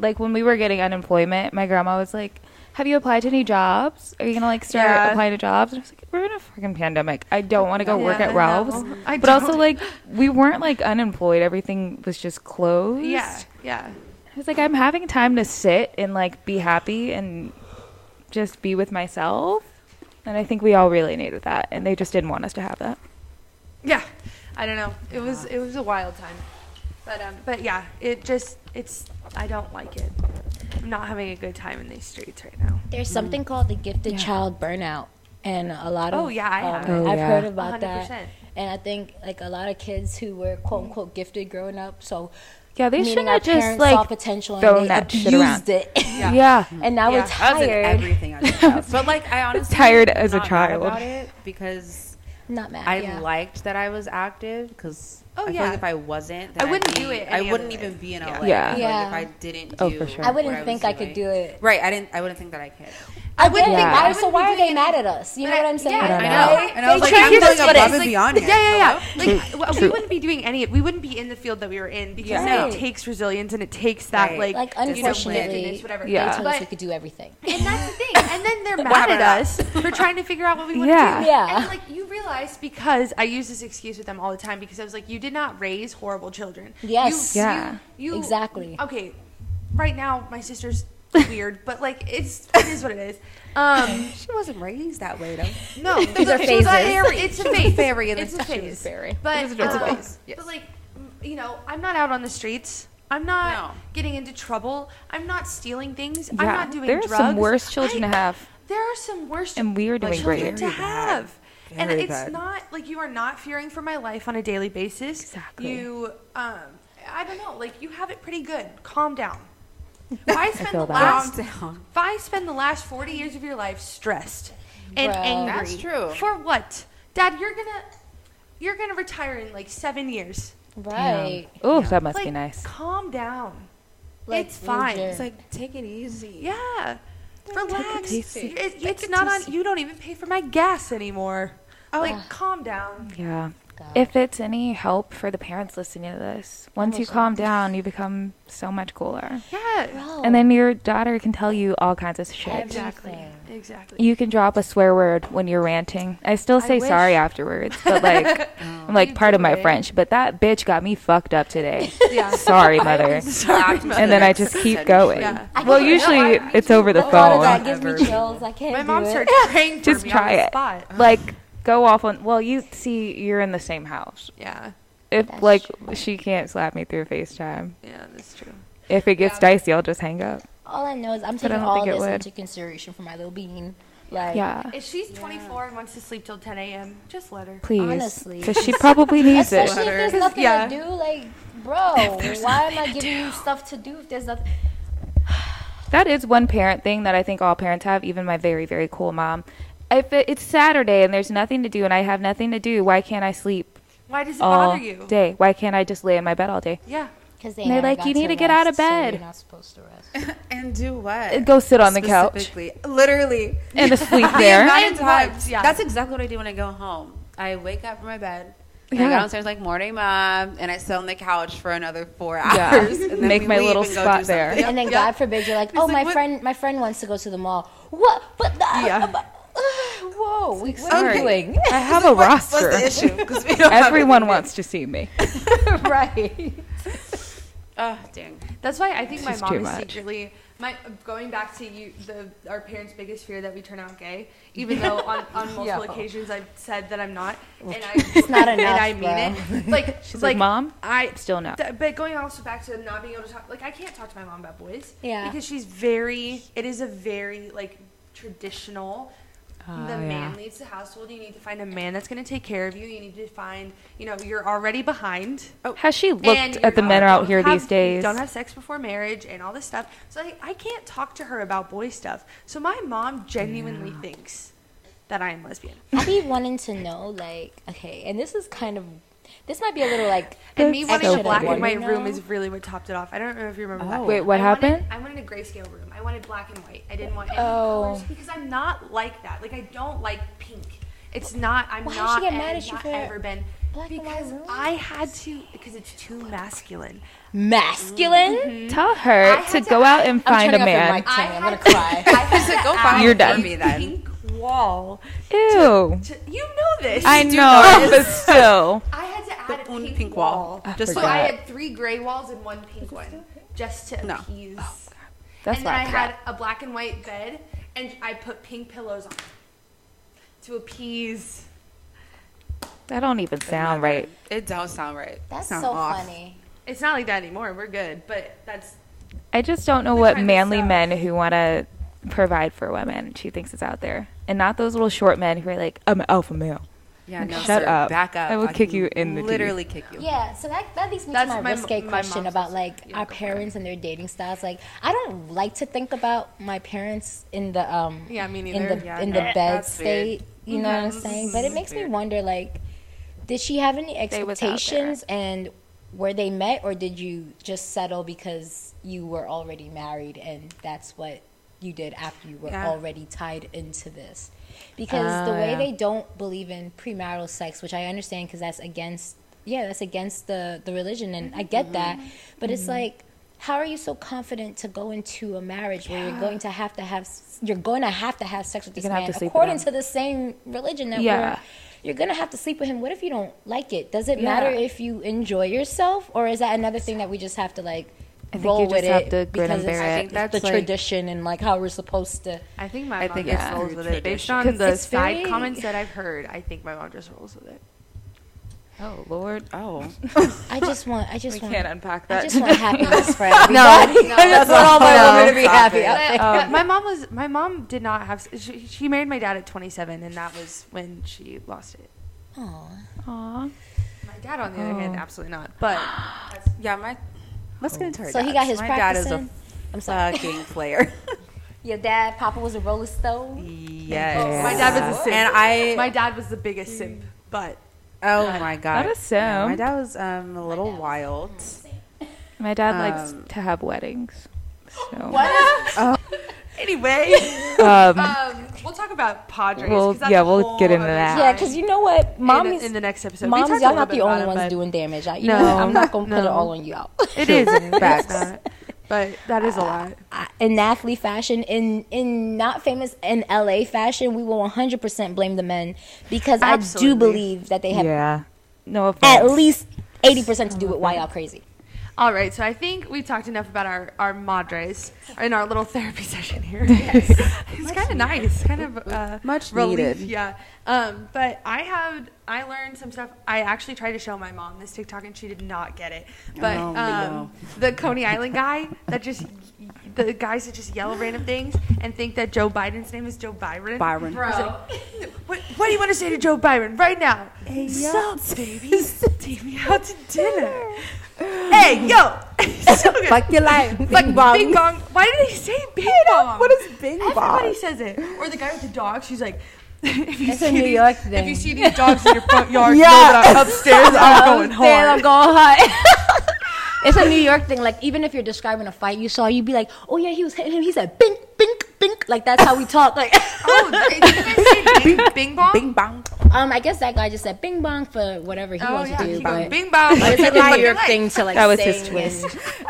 like when we were getting unemployment, my grandma was like, "Have you applied to any jobs? Are you gonna like start Yeah. applying to jobs?" And I was like, "We're in a fucking pandemic. I don't want to go work Yeah, at I know. Ralph's." I But also don't- like we weren't like unemployed. Everything was just closed. yeah, yeah. I was like, I'm having time to sit and like be happy and just be with myself. And I think we all really needed that. And they just didn't want us to have that. Yeah, I don't know. It was it was a wild time, but um, but yeah, it just it's I don't like it. I'm not having a good time in these streets right now. There's something called the gifted child burnout, and a lot of um, Oh, yeah, I have. Oh, I've yeah. heard about that, 100%. and I think like a lot of kids who were quote unquote gifted growing up, so Yeah, they meaning shouldn't our have just parents saw like potential thrown and they that shit abused around. it, <laughs> yeah. and now Yeah. we're I was in tired. everything <laughs> I did. but like, I honestly Tired as a not mad child. about it because Not mad. I yeah. liked that I was active because. Oh, I feel yeah. like if I wasn't, then I wouldn't I'd be- do it I any wouldn't other even way. be in Yeah. LA. Yeah. Like, Yeah. if I didn't. Oh, do for sure. I what wouldn't think I was could doing. do it. Right, I didn't. I wouldn't think that I could. I wouldn't think. Yeah. I, so why are they mad at us? You know what I'm saying? yeah, I know. They- And I was they like, I'm treated going us for above this. and beyond. Yeah, here. Mm. yeah, yeah. Like w- we True. wouldn't be doing any. We wouldn't be in the field that we were in because Yeah. it Right. takes resilience and it takes that Right. like, Like, you know, unfortunately, wickedness, whatever. Yeah. They told us But- we could do everything. And that's the thing. And then they're mad at <laughs> happened us for trying to figure out what we want Yeah. to do. Yeah. And like you realized because I use this excuse with them all the time because I was like, you did not raise horrible children. You- Yes. you- Yeah. You, Exactly. Okay. Right now, my sister's weird, but like it's it is what it is. <laughs> Um, She wasn't raised that way, <laughs> though. no, these are It's a phases. phase. It's a phase. fairy in the It's a statue. phase. Fairy. But It's a different um, phase, yes. But like, m- you know, I'm not out on the streets. I'm not No. getting into trouble. I'm not stealing things. I'm Yeah, not doing there are drugs. some worse children I- to have. There are some worse And we are doing children great. to Very bad. have. And Very it's bad. not like you are not fearing for my life on a daily basis. Exactly. You, um, I don't know. Like you have it pretty good. Calm down. Why spend feel the that. last? Calm down. Why spend the last forty years of your life stressed and Bro. angry? That's true. For what, Dad? You're gonna, you're gonna retire in like seven years. Right. Oh, that must like, be nice. Calm down. Like, it's fine. legit. It's like, like, take it easy. yeah. Relax. easy. It- it's not on. You don't even pay for my gas anymore. Like, calm down. Yeah. God. If it's any help for the parents listening to this, once you calm down, you become so much cooler. Yeah. Bro. And then your daughter can tell you all kinds of shit. Exactly. Everything. Exactly. You can drop a swear word when you're ranting. I still say wish. Oh. sorry afterwards, <laughs> but like, I'm like part of my French, but that bitch got me fucked up today. <laughs> Yeah. Sorry, mother. and then I just keep going. Yeah. Well, usually it's over the The thought of that phone. gives me chills. I can't. My mom do it. started praying for Just me try on the it. spot. Uh-huh. Like, go off on. Well, you see, you're in the same house. Yeah. If That's like she can't slap me through FaceTime. Yeah, that's true. If it gets dicey, I'll just hang up. All I know is I'm But I taking don't all think it this would. into consideration for my little bean. Like, Yeah. If she's 24 and wants to sleep till 10 a.m., just let her. Please. honestly. Because she <laughs> probably needs it. Especially if there's nothing Yeah. to do, like, bro, why am I giving you stuff to do if there's nothing? That is one parent thing that I think all parents have, even my very, very cool mom. If it, it's Saturday and there's nothing to do and I have nothing to do, why can't I sleep Why does it all bother you? day? Why can't I just lay in my bed all day? Yeah. Because they And they're never like, got "You need to get rest, out of so bed." you're not supposed to rest. And do what? Go sit on the couch Specifically. Literally. and just sleep The there. amount of times- yeah. That's exactly what I do when I go home. I wake up from my bed. and I Yeah. go downstairs like morning, mom, and I sit on the couch for another four Yeah. hours. And then Make we my leave little and go do spot there. something. and then God forbid you're like, He's oh, like, my "What?" friend, my friend wants to go to the mall. What? But the, Yeah. uh, whoa, we, what are sorry. we doing? <laughs> I have a What's roster. the issue? <laughs> 'Cause we don't have Everyone anything. wants to see me. right. Oh, dang. That's why I think my is mom too is much. secretly my going back to you the our parents' biggest fear that we turn out gay, even though <laughs> on, on multiple occasions I've said that I'm not, and I it's not enough, and I mean it. <laughs> Like She's like, Mom, I still no. th- but going also back to not being able to talk, like I can't talk to my mom about boys, Yeah. because she's very. It is a very like traditional. Oh, the man leads the household. You need to find a man that's going to take care of you. You need to find, you know, you're already behind Has she and looked you're at the not- men out don't here have- these days? Don't have sex before marriage and all this stuff. So I, I can't talk to her about boy stuff. So my mom genuinely thinks that I am lesbian. I be wanting to know, like, okay, and this is kind of, this might be a little like, And me That's wanting so a black funny. and white room No. Oh. is really what topped it off. I don't know if you remember that. Wait, what I happened? Wanted, I wanted a grayscale room. I wanted black and white. I didn't want any Oh. colors because I'm not like that. Like I don't like pink. It's not. I'm Why'd she not. get mad and at you not for ever been. black and white because rooms? I had to. Because it's too masculine. masculine? Tell her had to to- go out and I'm find a turning off your man. mic, Tony. I I'm gonna had- cry. I had to Go find You're one done. for me then. pink wall. <laughs> Ew. to- you know this. I know, but still. I had to add The a un pink, pink wall. wall. Just So like I forgot. had three gray walls and one pink one, just to No. appease. That's and what then I I forgot. had a black and white bed, and I put pink pillows on to appease. That don't even sound right. It don't sound right. That's Sound so off. funny. It's not like that anymore. We're good, but that's I just don't know what kind of manly stuff. men who want to provide for women she thinks is out there, and not those little short men who are like, "I'm an alpha male." Yeah, no, Shut sir. up. Back up. I will kick can you in the teeth. Literally kick you. Yeah, so that, that leads me That's to my, my m- risque my question mom's about also- like yeah, our go for it. parents and their dating styles. Like, I don't like to think about my parents in the um Yeah, me in neither. the Yeah, in no, the bed that's weird. state. You know what I'm saying? But it makes me weird. wonder, like, did she have any They was out there. expectations and where they met, or did you just settle because you were already married and that's what you did after you were Yeah. already tied into this? Because the Oh, way yeah. they don't believe in premarital sex, which I understand Mm-hmm. because that's against yeah, that's against the the religion, and I get that, but it's like. how are you so confident to go into a marriage where you're going to have to have s- you're going to have to have sex with this gonna have man to sleep with according him. to the same religion that Yeah. we're you're gonna have to sleep with him. What if you don't like it? Does it matter Yeah. if you enjoy yourself, or is that another thing that we just have to like I think roll you just with have it to grin and because it's- bear I think it. that's the like- tradition and like how we're supposed to. I think my I mom think just it's rolls through with it. Based tradition. on 'Cause the it's side very- comments that I've heard, I think my mom just rolls with it. Oh Lord. Oh. <laughs> I just want. I just We want. can't unpack I that. just want happiness for <laughs> No, <laughs> everybody. that's I what all want my women women to be happy. out there. But, but my mom was my mom did not have she, she married my dad at 27 and that was when she lost it. Aw. My dad on the other hand absolutely not. But Oh. <gasps> Yeah, my. Let's get into her. So he dad's. got his My dad practice is in? I'm a sorry. fucking player. Your dad, Papa, was a Rolling Stone. yes. Oh, my dad was a simp. And I. my dad was the biggest simp, <laughs> but oh my god. Not a simp. Yeah, my dad was um, a little wild. My dad likes Um, to have weddings. So, Oh. <laughs> <laughs> anyway, Um, um, we'll talk about Padres. 'cause Well, that's yeah, a we'll get whole into other that. Yeah, time. because you know what, in, mommies, the- in the next episode. We moms, talked a y'all little not the bit about only it, ones but doing damage. I, you No. know, I'm not gonna put <laughs> it No. all on you out. It is in fact, Facts. not. but that is a lot. I- in athlete fashion, in in not famous in LA fashion, we will 100 percent blame the men because I do Absolutely. believe that they have yeah. No offense. at least 80 percent to do with why y'all crazy. All right, so I think we talked enough about our, our madres in our little therapy <laughs> session here. <laughs> it's kind of nice, kind of uh, Much relief. needed. Yeah, um, but I had I learned some stuff. I actually tried to show my mom this TikTok and she did not get it. But Oh, um, the Coney Island guy that just <laughs> the guys that just yell random things and think that Joe Biden's name is Joe Byron. Byron. He's like, what, what do you want to say to Joe Byron right now? Hey, yo. baby. Take me out to dinner. hey, yo. <laughs> so good. Fuck your <laughs> life. Like Bing bong. Bing bong. Why do they say bing <laughs> bong? What is Bing Everybody Bong? says it. Or the guy with the dog. She's like, <laughs> if you It's see a New these, York If you thing. see these dogs in your front yard, Yeah. know that I'm upstairs. I'm going hard. I'm going hard. <laughs> it's a New York thing. Like even if you're describing a fight you saw, you'd be like, "Oh yeah, he was hitting him. He said bink, bink, bink." Like that's how we talk. Like, Oh, did they say bing, bing bong? Bing bong. um, I guess that guy just said bing bong for whatever he Oh wants yeah, to do. keep going. But Bing bong. but it's like a Like, New York like, thing <laughs> to like. That was his <laughs> sing twist.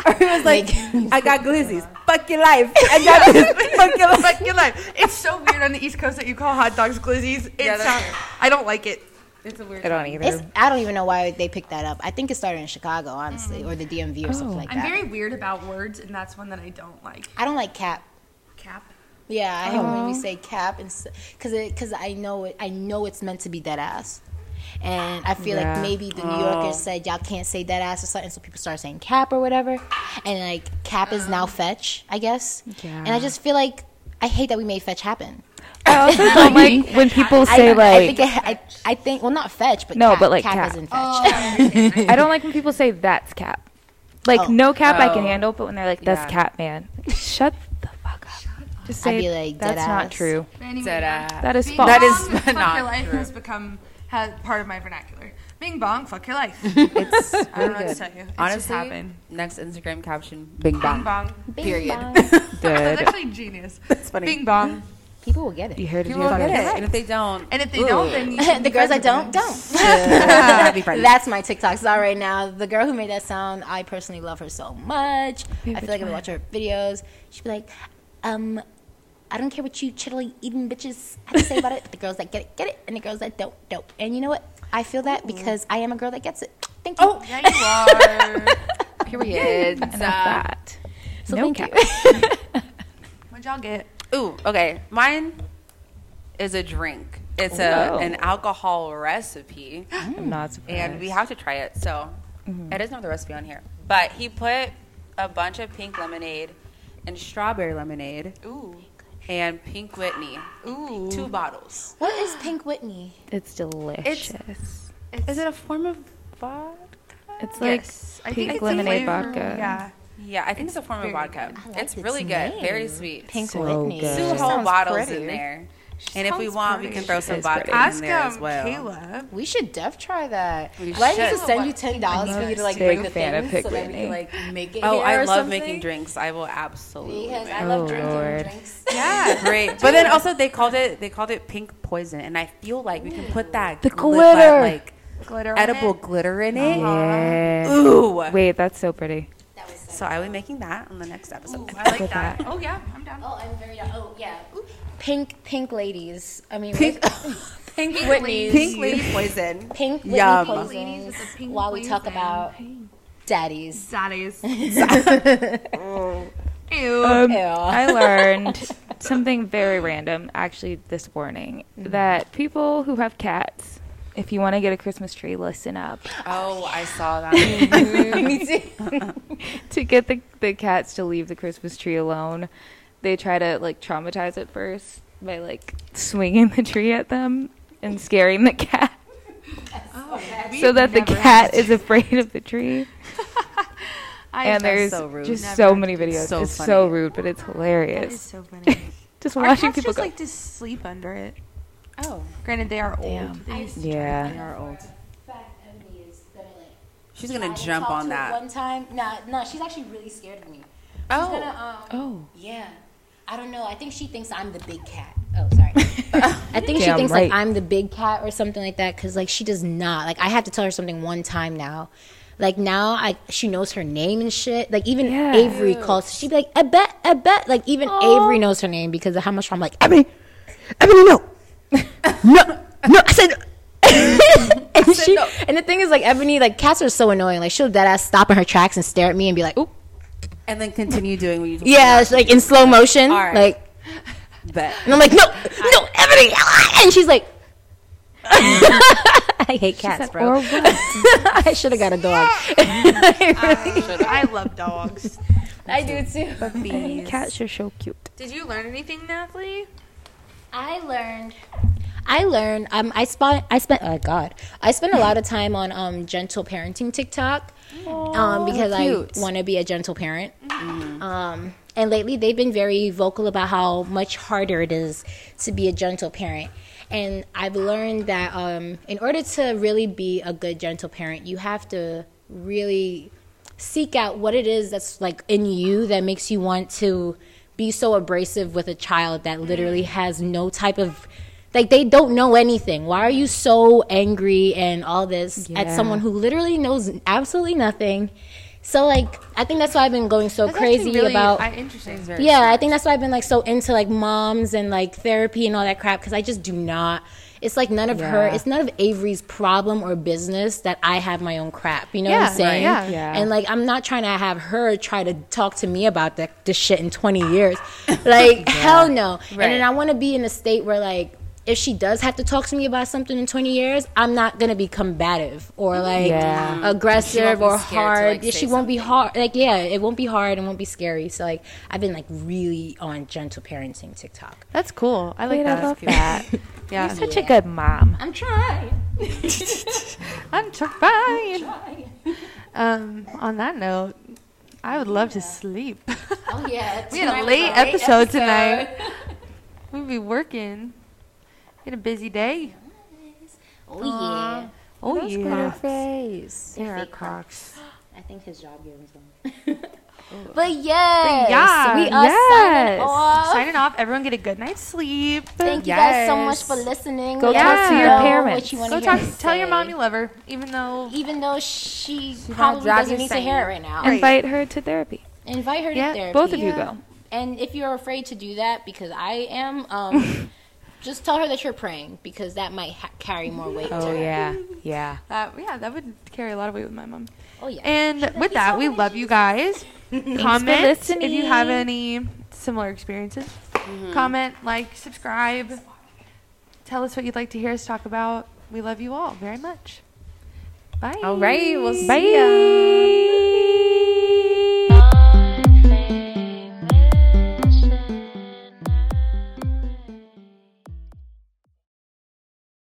and- He was like, Like- I got glizzies. Fuck your life. <laughs> I got glizzies. Fuck your life. Fuck your life. It's so weird on the East Coast that you call hot dogs glizzies. It's Yeah, that's not, weird. I don't like it. It's a weird. I don't either. It's, I don't even know why they picked that up. I think it started in Chicago, honestly, or the DMV or something like I'm that. very weird about words, and that's one that I don't like. I don't like cap. Cap. Yeah, I hate when we say cap, and because because I know it, I know it's meant to be dead ass, and I feel Yeah. like maybe the New Yorkers said y'all can't say dead ass or something, so people start saying cap or whatever, and like cap is now fetch, I guess. Yeah. And I just feel like I hate that we made fetch happen. I also don't like when people say I, I like. think it, I, I think well not fetch, but No, cap, but, like, cap, cap. isn't fetch. I don't like when people say that's cap. Like Oh. no cap I Oh. can handle, but when they're like that's Yeah. cap man, shut the fuck up. Just I'd say be like, that's dead not ass." true. Anyway, Ta-da. That is Bing false. uh, That bong, is fuck <laughs> not your life true. has become has part of my vernacular. Bing bong, fuck your life. It's really I don't know what to good. tell you. It's just Honestly, happened. next Instagram caption: Bing Bing bong. bong. <laughs> Bing Period. <laughs> bong. That's Good. actually genius. That's funny. Bing bong. People will get it. You heard it People here will get first. <laughs> it, and if they don't, And if they don't, then you <laughs> should the be girls friends that with don't, them. don't. happy friends. That's my TikTok star right now. The girl who made that sound, I personally love her so much. I feel like if I watch her videos, she'd be like, um, I don't care what you chitlily eating bitches have to say about it. The girls that get it, get it, and the girls that don't, don't. And you know what? I feel that because I am a girl that gets it. Thank you. Oh. <laughs> Yeah, you are. <laughs> period. Enough that. so no thank cap. you. What'd y'all get? Ooh, okay. Mine is a drink. It's a Oh. Whoa. an alcohol recipe, Mm. I'm not surprised. and we have to try it. So Mm-hmm. I doesn't have the recipe on here, but he put a bunch of pink lemonade and strawberry lemonade Ooh. and pink Whitney, Ooh. two bottles. <laughs> what is Pink Whitney? it's delicious. It's, Is it a form of vodka? like yes. I think pink it's lemonade flavor- vodka. Yeah. Yeah, I think it's, a form very of vodka. I like it's its really good, name. very sweet. Pink So Whitney. good. two She whole Sounds bottles pretty. in there. and if we sounds want, we pretty. can throw some is vodka pretty. in Ask there as um, well. <laughs> Caleb. We should def try that. We Why don't you should. just send you ten dollars for you to like Big bring the fan of things Pink so that we Whitney. can like make it? Oh, here I or love making something? drinks. I will absolutely. because make I Oh, love drinking Lord. drinks. <laughs> Yeah, great. But then also they called it they called it pink poison, and I feel like we can <gasps> put that The gli- glitter. like Glitter. on edible it. glitter in it. Yeah. Ooh, Wait, that's so pretty. That was so so I will be making that on the next episode. Ooh, I like Get that. Oh yeah, I'm down. Oh, I'm very. Oh, yeah. Pink, pink ladies. I mean, Pink- with- pink Whitney's. Pink lady poison. Pink Whitney Yum. poisons. Ladies with the pink while we talk poison. about daddies. Zaddies. Um, Ew. <laughs> I learned something very random actually this morning Mm-hmm. that people who have cats, if you want to get a Christmas tree, listen up. Oh, I <laughs> saw that. Me too. to get the, the cats to leave the Christmas tree alone, they try to like traumatize it first by like swinging the tree at them and scaring the cat Oh, so that the cat is afraid of the <laughs> tree. and there's so rude. just Never so have many to- videos. so it's so funny. rude, but it's That is hilarious. so funny. <laughs> Just Our watching cats people just go. like to sleep under it. Oh. Granted, they are old. Damn. They just- yeah. They are old. She's gonna jump on that. One time, nah, no, she's actually really scared of me. She's Oh. gonna, um, Oh. yeah. I don't know. I think she thinks I'm the big cat. Oh, <laughs> sorry. I think she Damn thinks right. like I'm the big cat or something like that because like she does not. Like I have to tell her something one time now. Like now, I she knows her name and shit. Like even Yeah. Avery calls. She'd be like, "I bet, I bet." Like even Avery knows her name because of how much I'm like, "Avery, Avery, no, no, <laughs> no." I said. <laughs> and she and the thing is like Ebony like cats are so annoying like she'll dead ass stop in her tracks and stare at me and be like oop And then continue doing what you do. yeah it's, like in slow motion All right. like But and I'm like no no Ebony and she's like I hate cats Said, bro or what? I should have got a dog. I love <laughs> dogs. I do too. Cats are so cute. Did you learn anything, Nathalie? I learned. I learned. Um, I spent. I spent. Oh God, I spent a lot of time on um gentle parenting TikTok, um because cute. I want to be a gentle parent. Um, and lately they've been very vocal about how much harder it is to be a gentle parent. And I've learned that um, in order to really be a good gentle parent, you have to really seek out uh, what it is that's like in you that makes you want to be so abrasive with a child that Mm. literally has no type of like they don't know anything. Why are you so angry and all this at Yeah. someone who literally knows absolutely nothing? So like I think that's why I've been going so That's actually crazy really, about I, interesting. yeah, I think that's why I've been like so into like moms and like therapy and all that crap because I just do not. It's like none of her. Yeah. It's none of Avery's problem or business that I have my own crap. You know what Yeah, I'm saying? right, yeah. And like, I'm not trying to have her try to talk to me about that this shit in 20 years. Like, hell no. And then I want to be in a state where like. If she does have to talk to me about something in 20 years, I'm not gonna be combative or like Yeah. aggressive or Mm-hmm. be scared to, hard. like, Yeah, she say won't be hard. Like yeah, it won't be hard and won't be scary. So like I've been like really on gentle parenting TikTok. That's cool. I like Wait, that. I love that. Yeah. Such a good mom. I'm trying. I'm trying. <laughs> Um, on that note, I would love to sleep. Oh yeah, <laughs> we had a late episode, tonight. <laughs> We'd be working. Had a busy day. Oh yeah. Oh yeah. face. Sarah Cox. I think his job gave him some. but yes, yeah, we are yes. signing off. Signing off. Everyone get a good night's sleep. Thank you guys so much for listening. Go Let talk us to your know parents. What you wanna Go hear talk. us Tell your say. mom you love her, even though. Even though she, probably drive doesn't you need to insane. hear it right now, Invite her to therapy. invite her Yeah, to therapy. Both of you go. And if you're afraid to do that, because I am, <laughs> um, just tell her that you're praying because that might ha- carry more weight. to her. Oh, yeah. Yeah. Uh, yeah, that would carry a lot of weight with my mom. Oh yeah. And with that, we love you guys. Comment if listening. you have any similar experiences. Comment, like, subscribe. Tell us what you'd like to hear us talk about. We love you all very much. Bye. All right, we'll see Bye. ya.